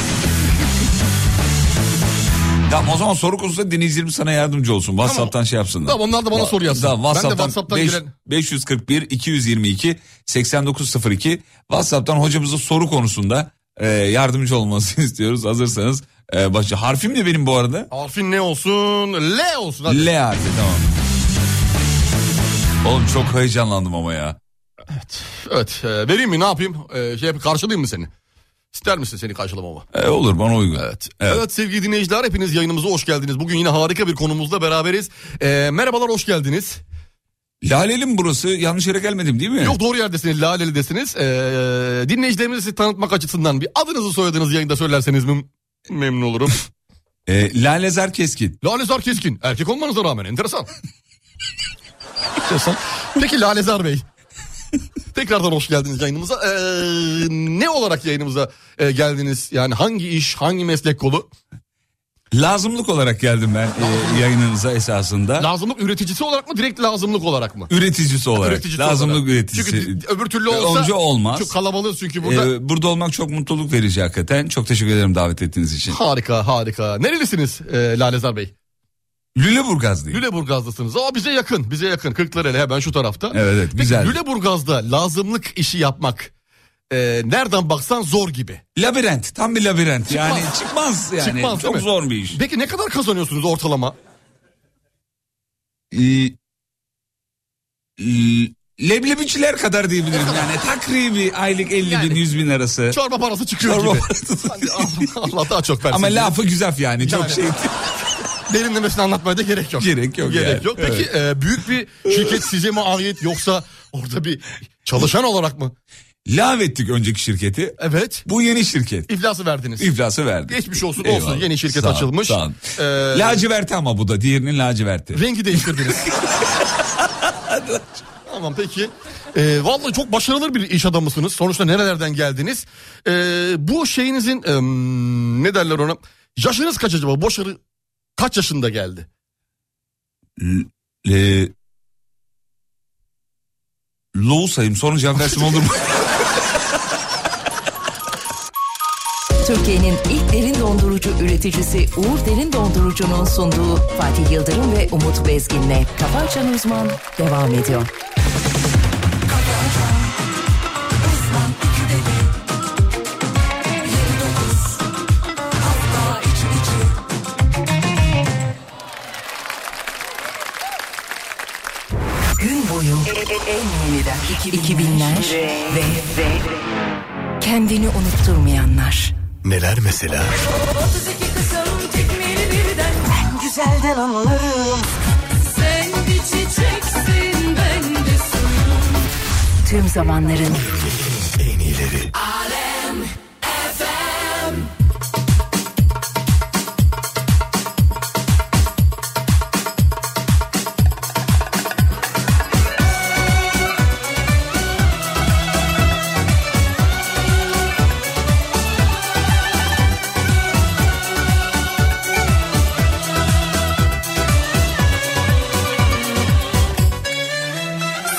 Tamam o zaman soru konusunda dinleyicilerim sana yardımcı olsun. WhatsApp'tan şey yapsınlar.
Tamam, onlar da bana
Va-
soru yazsın.
Tamam,
Ben de
WhatsApp'tan,
WhatsApp'tan
beş-
giren-
541 222 8902 WhatsApp'tan hocamızın soru konusunda e, yardımcı olmasını *laughs* istiyoruz. Hazırsanız e, başla. Harfim de benim bu arada.
Harfin ne olsun? L olsun. Hadi.
L harfi tamam. Oğlum çok heyecanlandım ama ya.
Evet. e, vereyim mi? Ne yapayım? E, şey yapayım, karşılayayım mı seni? İster misin seni karşılamamı?
E, olur bana uygun. Evet.
Evet. sevgili dinleyiciler hepiniz yayınımıza hoş geldiniz. Bugün yine harika bir konumuzla beraberiz. E, merhabalar hoş geldiniz.
Laleli mi burası? Yanlış yere gelmedim değil mi?
Yok doğru yerdesiniz Laleli'desiniz. E, dinleyicilerimizi sizi tanıtmak açısından bir adınızı soyadınızı yayında söylerseniz mem- memnun
*laughs*
olurum.
E, Lalezer Keskin.
Lalezar Keskin. Erkek olmanıza rağmen
*laughs*
enteresan. enteresan. Peki Lalezar Bey. Tekrardan hoş geldiniz yayınımıza. Ee, ne olarak yayınımıza e, geldiniz? Yani hangi iş, hangi meslek kolu?
Lazımlık olarak geldim ben e, yayınınıza esasında.
Lazımlık üreticisi olarak mı, direkt lazımlık olarak mı?
üreticisi olarak.
Üreticisi
lazımlık
olarak.
üreticisi.
Çünkü di- öbür türlü olsa
Önce olmaz. Ee,
Çok kalabalığız çünkü burada.
burada... burada olmak çok mutluluk verici hakikaten. Çok teşekkür ederim davet ettiğiniz için.
Harika harika. Nerelisiniz e, Lalezar Bey?
Lüleburgazlıyım.
Lüleburgazlısınız. Aa bize yakın. Bize yakın. Kırklareli hemen şu tarafta.
Evet evet güzel.
Lüleburgaz'da lazımlık işi yapmak e, nereden baksan zor gibi.
Labirent. Tam bir labirent.
Çıkmaz.
Yani çıkmaz yani.
Çıkmaz, değil
çok
mi?
zor bir iş.
Peki ne kadar kazanıyorsunuz ortalama?
Ee, e, leblebiciler kadar diyebilirim yani. Takribi aylık 50 bin 100 bin arası.
Çorba parası çıkıyor
Çorba
gibi.
parası.
Hadi Allah- Allah daha çok versin.
*laughs* Ama lafı güzel yani. Çok
Yani.
şey.
Derinlemesine anlatmaya da gerek yok.
Gerek yok
Gerek
yani.
yok. Peki e, büyük bir şirket size mi ait yoksa orada bir çalışan olarak mı?
Lav ettik önceki şirketi.
Evet.
Bu yeni şirket.
İflası verdiniz.
İflası verdi.
Geçmiş olsun olsun
Eyvallah.
yeni şirket
Sağ ol,
açılmış.
sağ ol.
E,
Laciverti ama bu da diğerinin laciverti.
rengi değiştirdiniz. tamam peki. E, vallahi çok başarılı bir iş adamısınız. Sonuçta nerelerden geldiniz? E, bu şeyinizin Ee, em, ne derler ona? Yaşınız kaç acaba? Boşarı kaç yaşında geldi?
Le... Low sayayım sonra cevap versin
*laughs*
olur mu?
Türkiye'nin ilk derin dondurucu üreticisi Uğur Derin Dondurucu'nun sunduğu Fatih Yıldırım ve Umut Bezgin'le Kafa Açan Uzman devam ediyor. Gün boyu en yeniden 2000'ler ve, ve kendini unutturmayanlar.
Neler mesela?
Güzelden anlarım Sen bir çiçeksin ben de suyum
Tüm zamanların
En iyileri.
Alem FM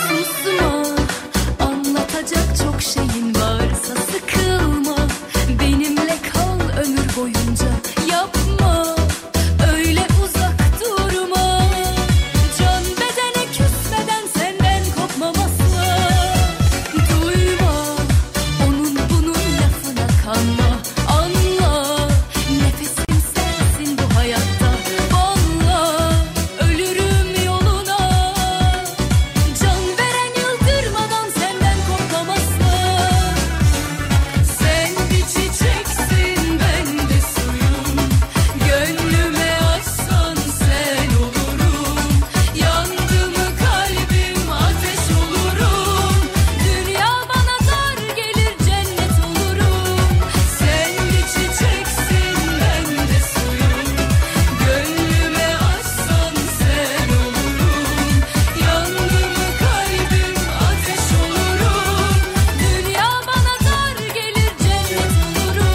Susma, anlatacak çok şeyin varsa sıkılma. Benimle kal ömür boyunca. Yapma, öyle uzak durma. Can bedene küsmeden senden kopmam asla. Duyma, onun bunun lafına kanma. Anla, nefesim sensin bu hayatta. Valla, ölürüm yoluna. Can veren yıldırmadan senden korkmam asla. Sen bir çiçeksin ben de suyum. Gönlüme açsan sen olurum. Yandı mı kalbim ateş olurum. Dünya bana dar gelir cennet olurum. Sen bir çiçeksin ben de suyum. Gönlüme açsan sen olurum. Yandım kalbim ateş olurum Dünya bana dar gelir cennet olurum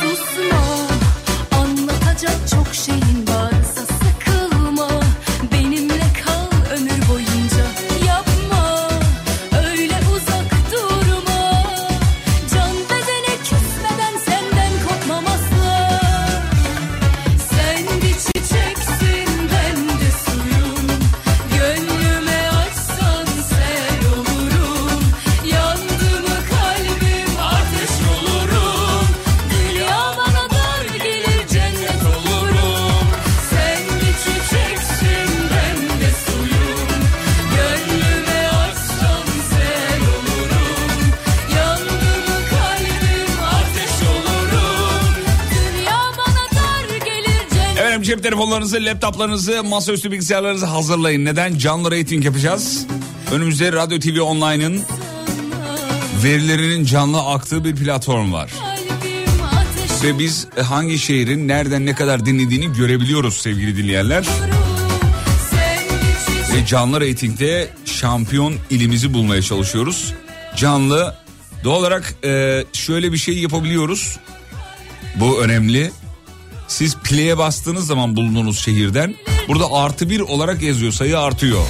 Susma, anlatacak çok şeyin varsa sıkılma. Benimle kal ömür boyunca. Yapma, öyle uzak durma. Can bedene küsmeden senden kopmam asla. Sen bir çiçeksin, ben de suyum. Gönlüme açsan sen olurum. Yandı mı kalbim ateş olurum. Dünya bana dar gelir cennet olurum. Sen bir çiçeksin ben de suyum. Gönlüme açsan sen olurum. Yandı mı kalbim ateş olurum. Dünya bana dar gelir cennet
Efendim cep telefonlarınızı, laptoplarınızı, masaüstü bilgisayarlarınızı hazırlayın. Neden? Canlı rating yapacağız. Önümüzde Radyo TV Online'ın verilerinin canlı aktığı bir platform var.
kalbim ateş
Ve biz hangi şehrin nereden ne kadar dinlediğini görebiliyoruz sevgili dinleyenler.
olurum. Sen bir çiçeksin.
Ve canlı reytingde şampiyon ilimizi bulmaya çalışıyoruz. Canlı doğal olarak e, şöyle bir şey yapabiliyoruz. Bu önemli. Siz play'e bastığınız zaman bulunduğunuz şehirden burada artı bir olarak yazıyor sayı artıyor.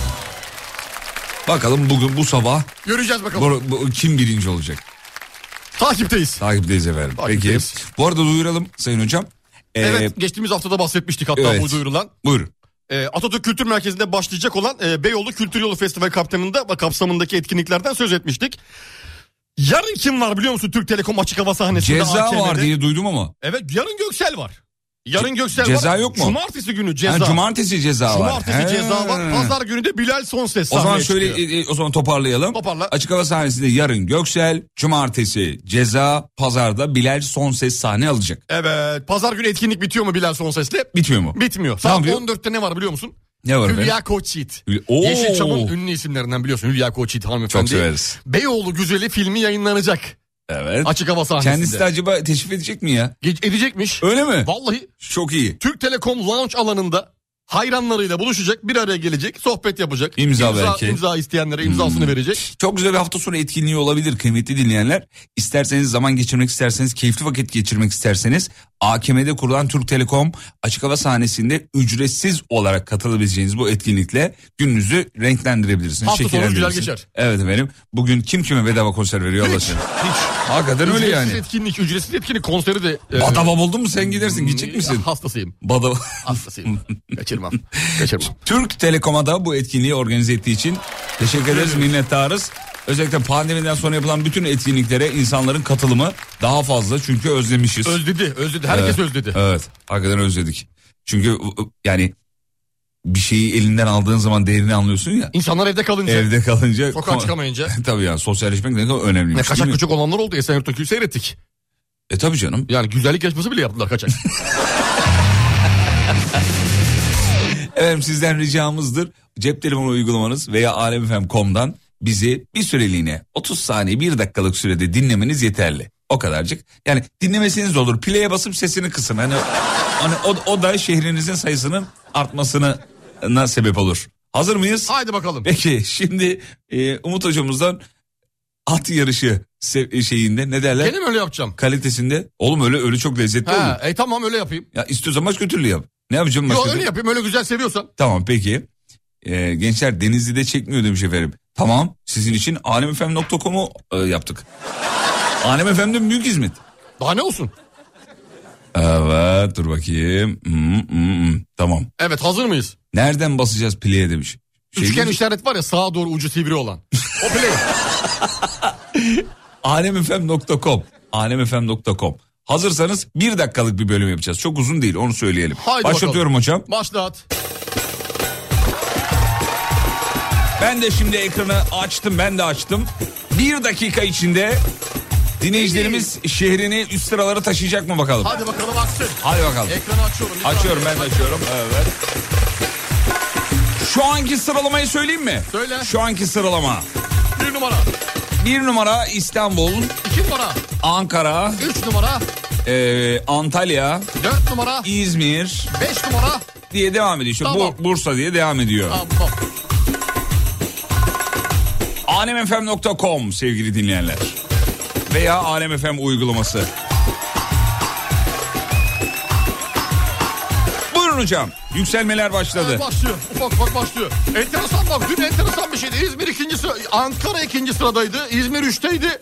Bakalım bugün bu sabah
Göreceğiz bakalım.
bu- bu- kim birinci olacak?
Takipteyiz.
Takipteyiz efendim. Peki.
Takipteyiz.
Bu arada duyuralım Sayın Hocam. Ee,
evet geçtiğimiz haftada bahsetmiştik hatta
evet.
bu duyurulan.
Buyur.
E, Atatürk Kültür Merkezi'nde başlayacak olan e, Beyoğlu Kültür Yolu Festivali kapsamında, kapsamındaki etkinliklerden söz etmiştik. Yarın kim var biliyor musun Türk Telekom açık hava sahnesinde?
Ceza
AKM'de.
var diye duydum ama.
Evet yarın Göksel var. Yarın Göksel var.
ceza yok mu?
Cumartesi günü
Ha,
ceza.
cumartesi ceza var.
Cumartesi
He.
ceza var. Pazar günü de Bilal Sonses
O
sahneye
zaman şöyle
çıkıyor.
e, e, o zaman toparlayalım.
Toparla.
Açık hava sahnesinde yarın Göksel, cumartesi Ceza, pazarda Bilal son ses sahne alacak.
Evet. Pazar günü etkinlik bitiyor mu Bilal Sonses'le?
Bitiyor mu?
Bitmiyor. Saat
yapıyor?
14'te ne var biliyor musun?
Ne var efendim?
Hülya Koçyiğit.
Hül- Oo.
Yeşilçam'ın ünlü isimlerinden biliyorsun Hülya Koçyiğit hanımefendi.
Çok severiz.
Beyoğlu Güzeli filmi yayınlanacak.
Evet.
Açık hava sahnesinde.
Kendisi de acaba teşrif edecek mi ya?
Ge- edecekmiş.
Öyle mi?
Vallahi
Çok iyi.
Türk Telekom lounge alanında hayranlarıyla buluşacak, bir araya gelecek, sohbet yapacak.
İmza belki. Hmm.
imza isteyenlere imzasını verecek.
Çok güzel bir hafta sonu etkinliği olabilir kıymetli dinleyenler. İsterseniz zaman geçirmek isterseniz, keyifli vakit geçirmek isterseniz AKM'de kurulan Türk Telekom açık hava sahnesinde ücretsiz olarak katılabileceğiniz bu etkinlikle gününüzü renklendirebilirsiniz.
Hafta sonu güzel
şekillendirebilirsiniz.
geçer.
Evet efendim. Bugün kim kime bedava konser veriyor Allah aşkına. Hakikaten öyle
Ücretsiz
yani.
etkinlik, ücretsiz etkinlik konseri de... e,
Badava buldun mu sen gidersin gidecek
e,
misin?
Hastasıyım.
Badava.
Hastasıyım.
*laughs*
kaçırmam. Kaçırmam.
Türk Telekom'a da bu etkinliği organize ettiği için teşekkür ederiz, minnettarız. Özellikle pandemiden sonra yapılan bütün etkinliklere insanların katılımı daha fazla çünkü özlemişiz.
Özledi, özledi. Herkes özledi.
evet, hakikaten özledik. Çünkü yani bir şeyi elinden aldığın zaman değerini anlıyorsun ya.
İnsanlar evde kalınca,
Evde kalınca.
sokağa çıkamayınca.
*laughs* tabii yani sosyalleşmek ne kadar önemliymiş.
Ne
değil
kaçak
mi?
küçük olanlar oldu. Esenyurt'taki seyrettik.
E tabii canım.
Yani güzellik yarışması bile yaptılar
*laughs*
kaçak.
Efendim sizden ricamızdır. Cep telefonu uygulamanız veya alemfm.com'dan bizi bir süreliğine 30 saniye 1 dakikalık sürede dinlemeniz yeterli. O kadarcık. Yani dinlemesiniz olur. Play'e basıp sesini kısın. Hani, hani o, o da şehrinizin sayısının artmasına sebep olur. Hazır mıyız?
Haydi bakalım.
Peki şimdi e, Umut hocamızdan at yarışı se- şeyinde ne derler?
Gene mi öyle yapacağım?
Kalitesinde. Oğlum öyle öyle çok lezzetli
Ha,
olur.
e tamam öyle yapayım.
Ya istiyorsan başka türlü yap. Ne yapacağım başka
Yo
türlü?
öyle yapayım öyle güzel seviyorsan.
Tamam peki. Ee, gençler Denizli'de çekmiyor demiş efendim. Tamam sizin için alemfm.com'u e, yaptık. Alemfm'de büyük hizmet.
Daha ne olsun?
Evet dur bakayım. Hmm, hmm, hmm. Tamam.
Evet hazır
Şey
mıyız?
Nereden basacağız play'e demiş. Şey
Üçgen
diyor,
işaret var ya sağa doğru ucu sivri olan. O play.
alemfm.com. alemfm.com. Hazırsanız bir dakikalık bir bölüm yapacağız. Çok uzun değil onu söyleyelim.
Haydi
Başlatıyorum
bakalım.
hocam.
Başlat.
Ben de şimdi ekranı açtım ben de açtım. Bir dakika içinde dinleyicilerimiz şehrini üst sıralara taşıyacak mı bakalım.
Hadi bakalım aksın.
Hadi bakalım.
Ekranı açıyorum. Bir
Açıyorum ben
saniye.
de açıyorum. Evet. Şu anki sıralamayı söyleyeyim mi?
Söyle.
Şu anki sıralama.
Bir numara.
Bir numara İstanbul,
iki numara.
Ankara,
Üç numara.
eee, Antalya,
Dört numara.
İzmir
Beş numara.
diye devam ediyor. İşte
Tamam.
Bu- Bursa diye devam ediyor.
Tamam.
alemfm.com sevgili dinleyenler. Veya alemfm uygulaması. Buyurun hocam. Yükselmeler başladı.
Evet, başlıyor. Ufak ufak başlıyor. Enteresan bak dün enteresan bir şeydi. İzmir ikinci sıra, Ankara ikinci sıradaydı. İzmir üçteydi.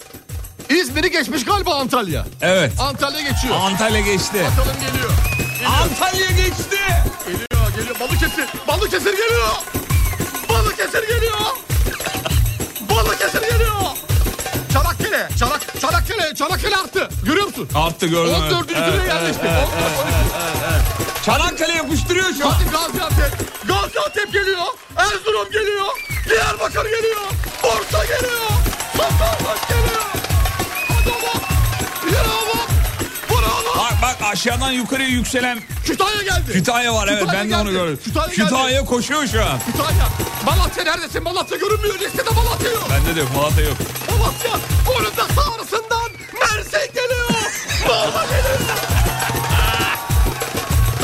İzmir'i geçmiş galiba Antalya.
Evet.
Antalya geçiyor.
Antalya geçti.
Bakalım geliyor.
Antalya geçti.
Geliyor geliyor. Balıkesir. Balıkesir geliyor. Balıkesir geliyor. Balıkesir geliyor. Çanakkale. Çanak, Çanakkale. Çanakkale arttı. Görüyor musun?
Arttı gördün mü?
14.
Evet,
sıraya
evet,
yerleşti. 14,
evet.
12.
Çanakkale yapıştırıyor şu an.
Hadi Gaziantep. Gaziantep geliyor. Erzurum geliyor. Diyarbakır geliyor. Bursa geliyor. Sakarya'dan geliyor. Hadi bak. Bravo. Bravo.
Bak bak aşağıdan yukarıya yükselen
Kütahya geldi.
Kütahya var evet
Kütahya
ben de onu
geldi.
gördüm.
Kütahya, geldi.
Kütahya koşuyor şu an.
Kütahya. Malatya neredesin? Malatya görünmüyor. Listede Malatya yok.
Bende de yok Malatya yok.
Malatya. Onun da sağrısından Mersin geliyor. Malatya geliyor.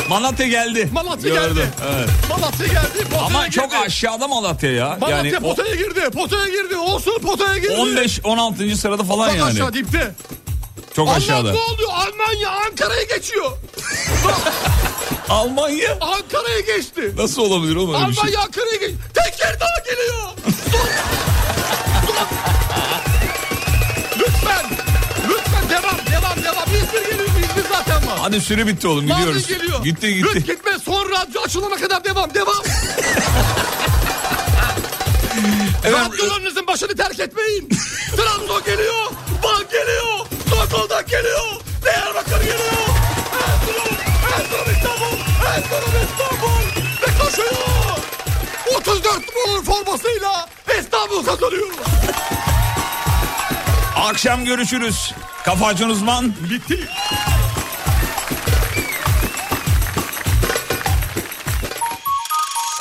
Malatya geldi.
Malatya
Gördüm,
geldi.
Evet.
Malatya geldi. Potaya
Ama
girdi.
çok aşağıda Malatya ya.
Malatya
yani o-
potaya girdi. Potaya girdi. Olsun potaya girdi.
15-16. sırada falan
Bak
yani.
aşağı dipte.
Çok aşağıda.
Allah'ım ne oluyor? Almanya Ankara'ya geçiyor.
Almanya.
Ankara'ya geçti.
Nasıl olabilir oğlum öyle bir şey?
Almanya Ankara'ya geçti. Tekirdağ geliyor. Dur. Dur. Lütfen. Lütfen devam devam devam. İzmir geliyor. İzmir zaten var.
Hadi süre bitti oğlum
Mavi
gidiyoruz.
geliyor.
Gitti gitti.
Lüt gitme son radyo açılana kadar devam
*laughs*
devam.
Efendim,
Radyolarınızın başını terk etmeyin. Trabzon geliyor. Van geliyor. Stockholm'dan geliyor. Diyarbakır geliyor. Erzurum. Erzurum İstanbul. Erzurum İstanbul. Ve koşuyor. 34 numaralı formasıyla İstanbul kazanıyor.
akşam görüşürüz. Kafa açan uzman.
Bitti.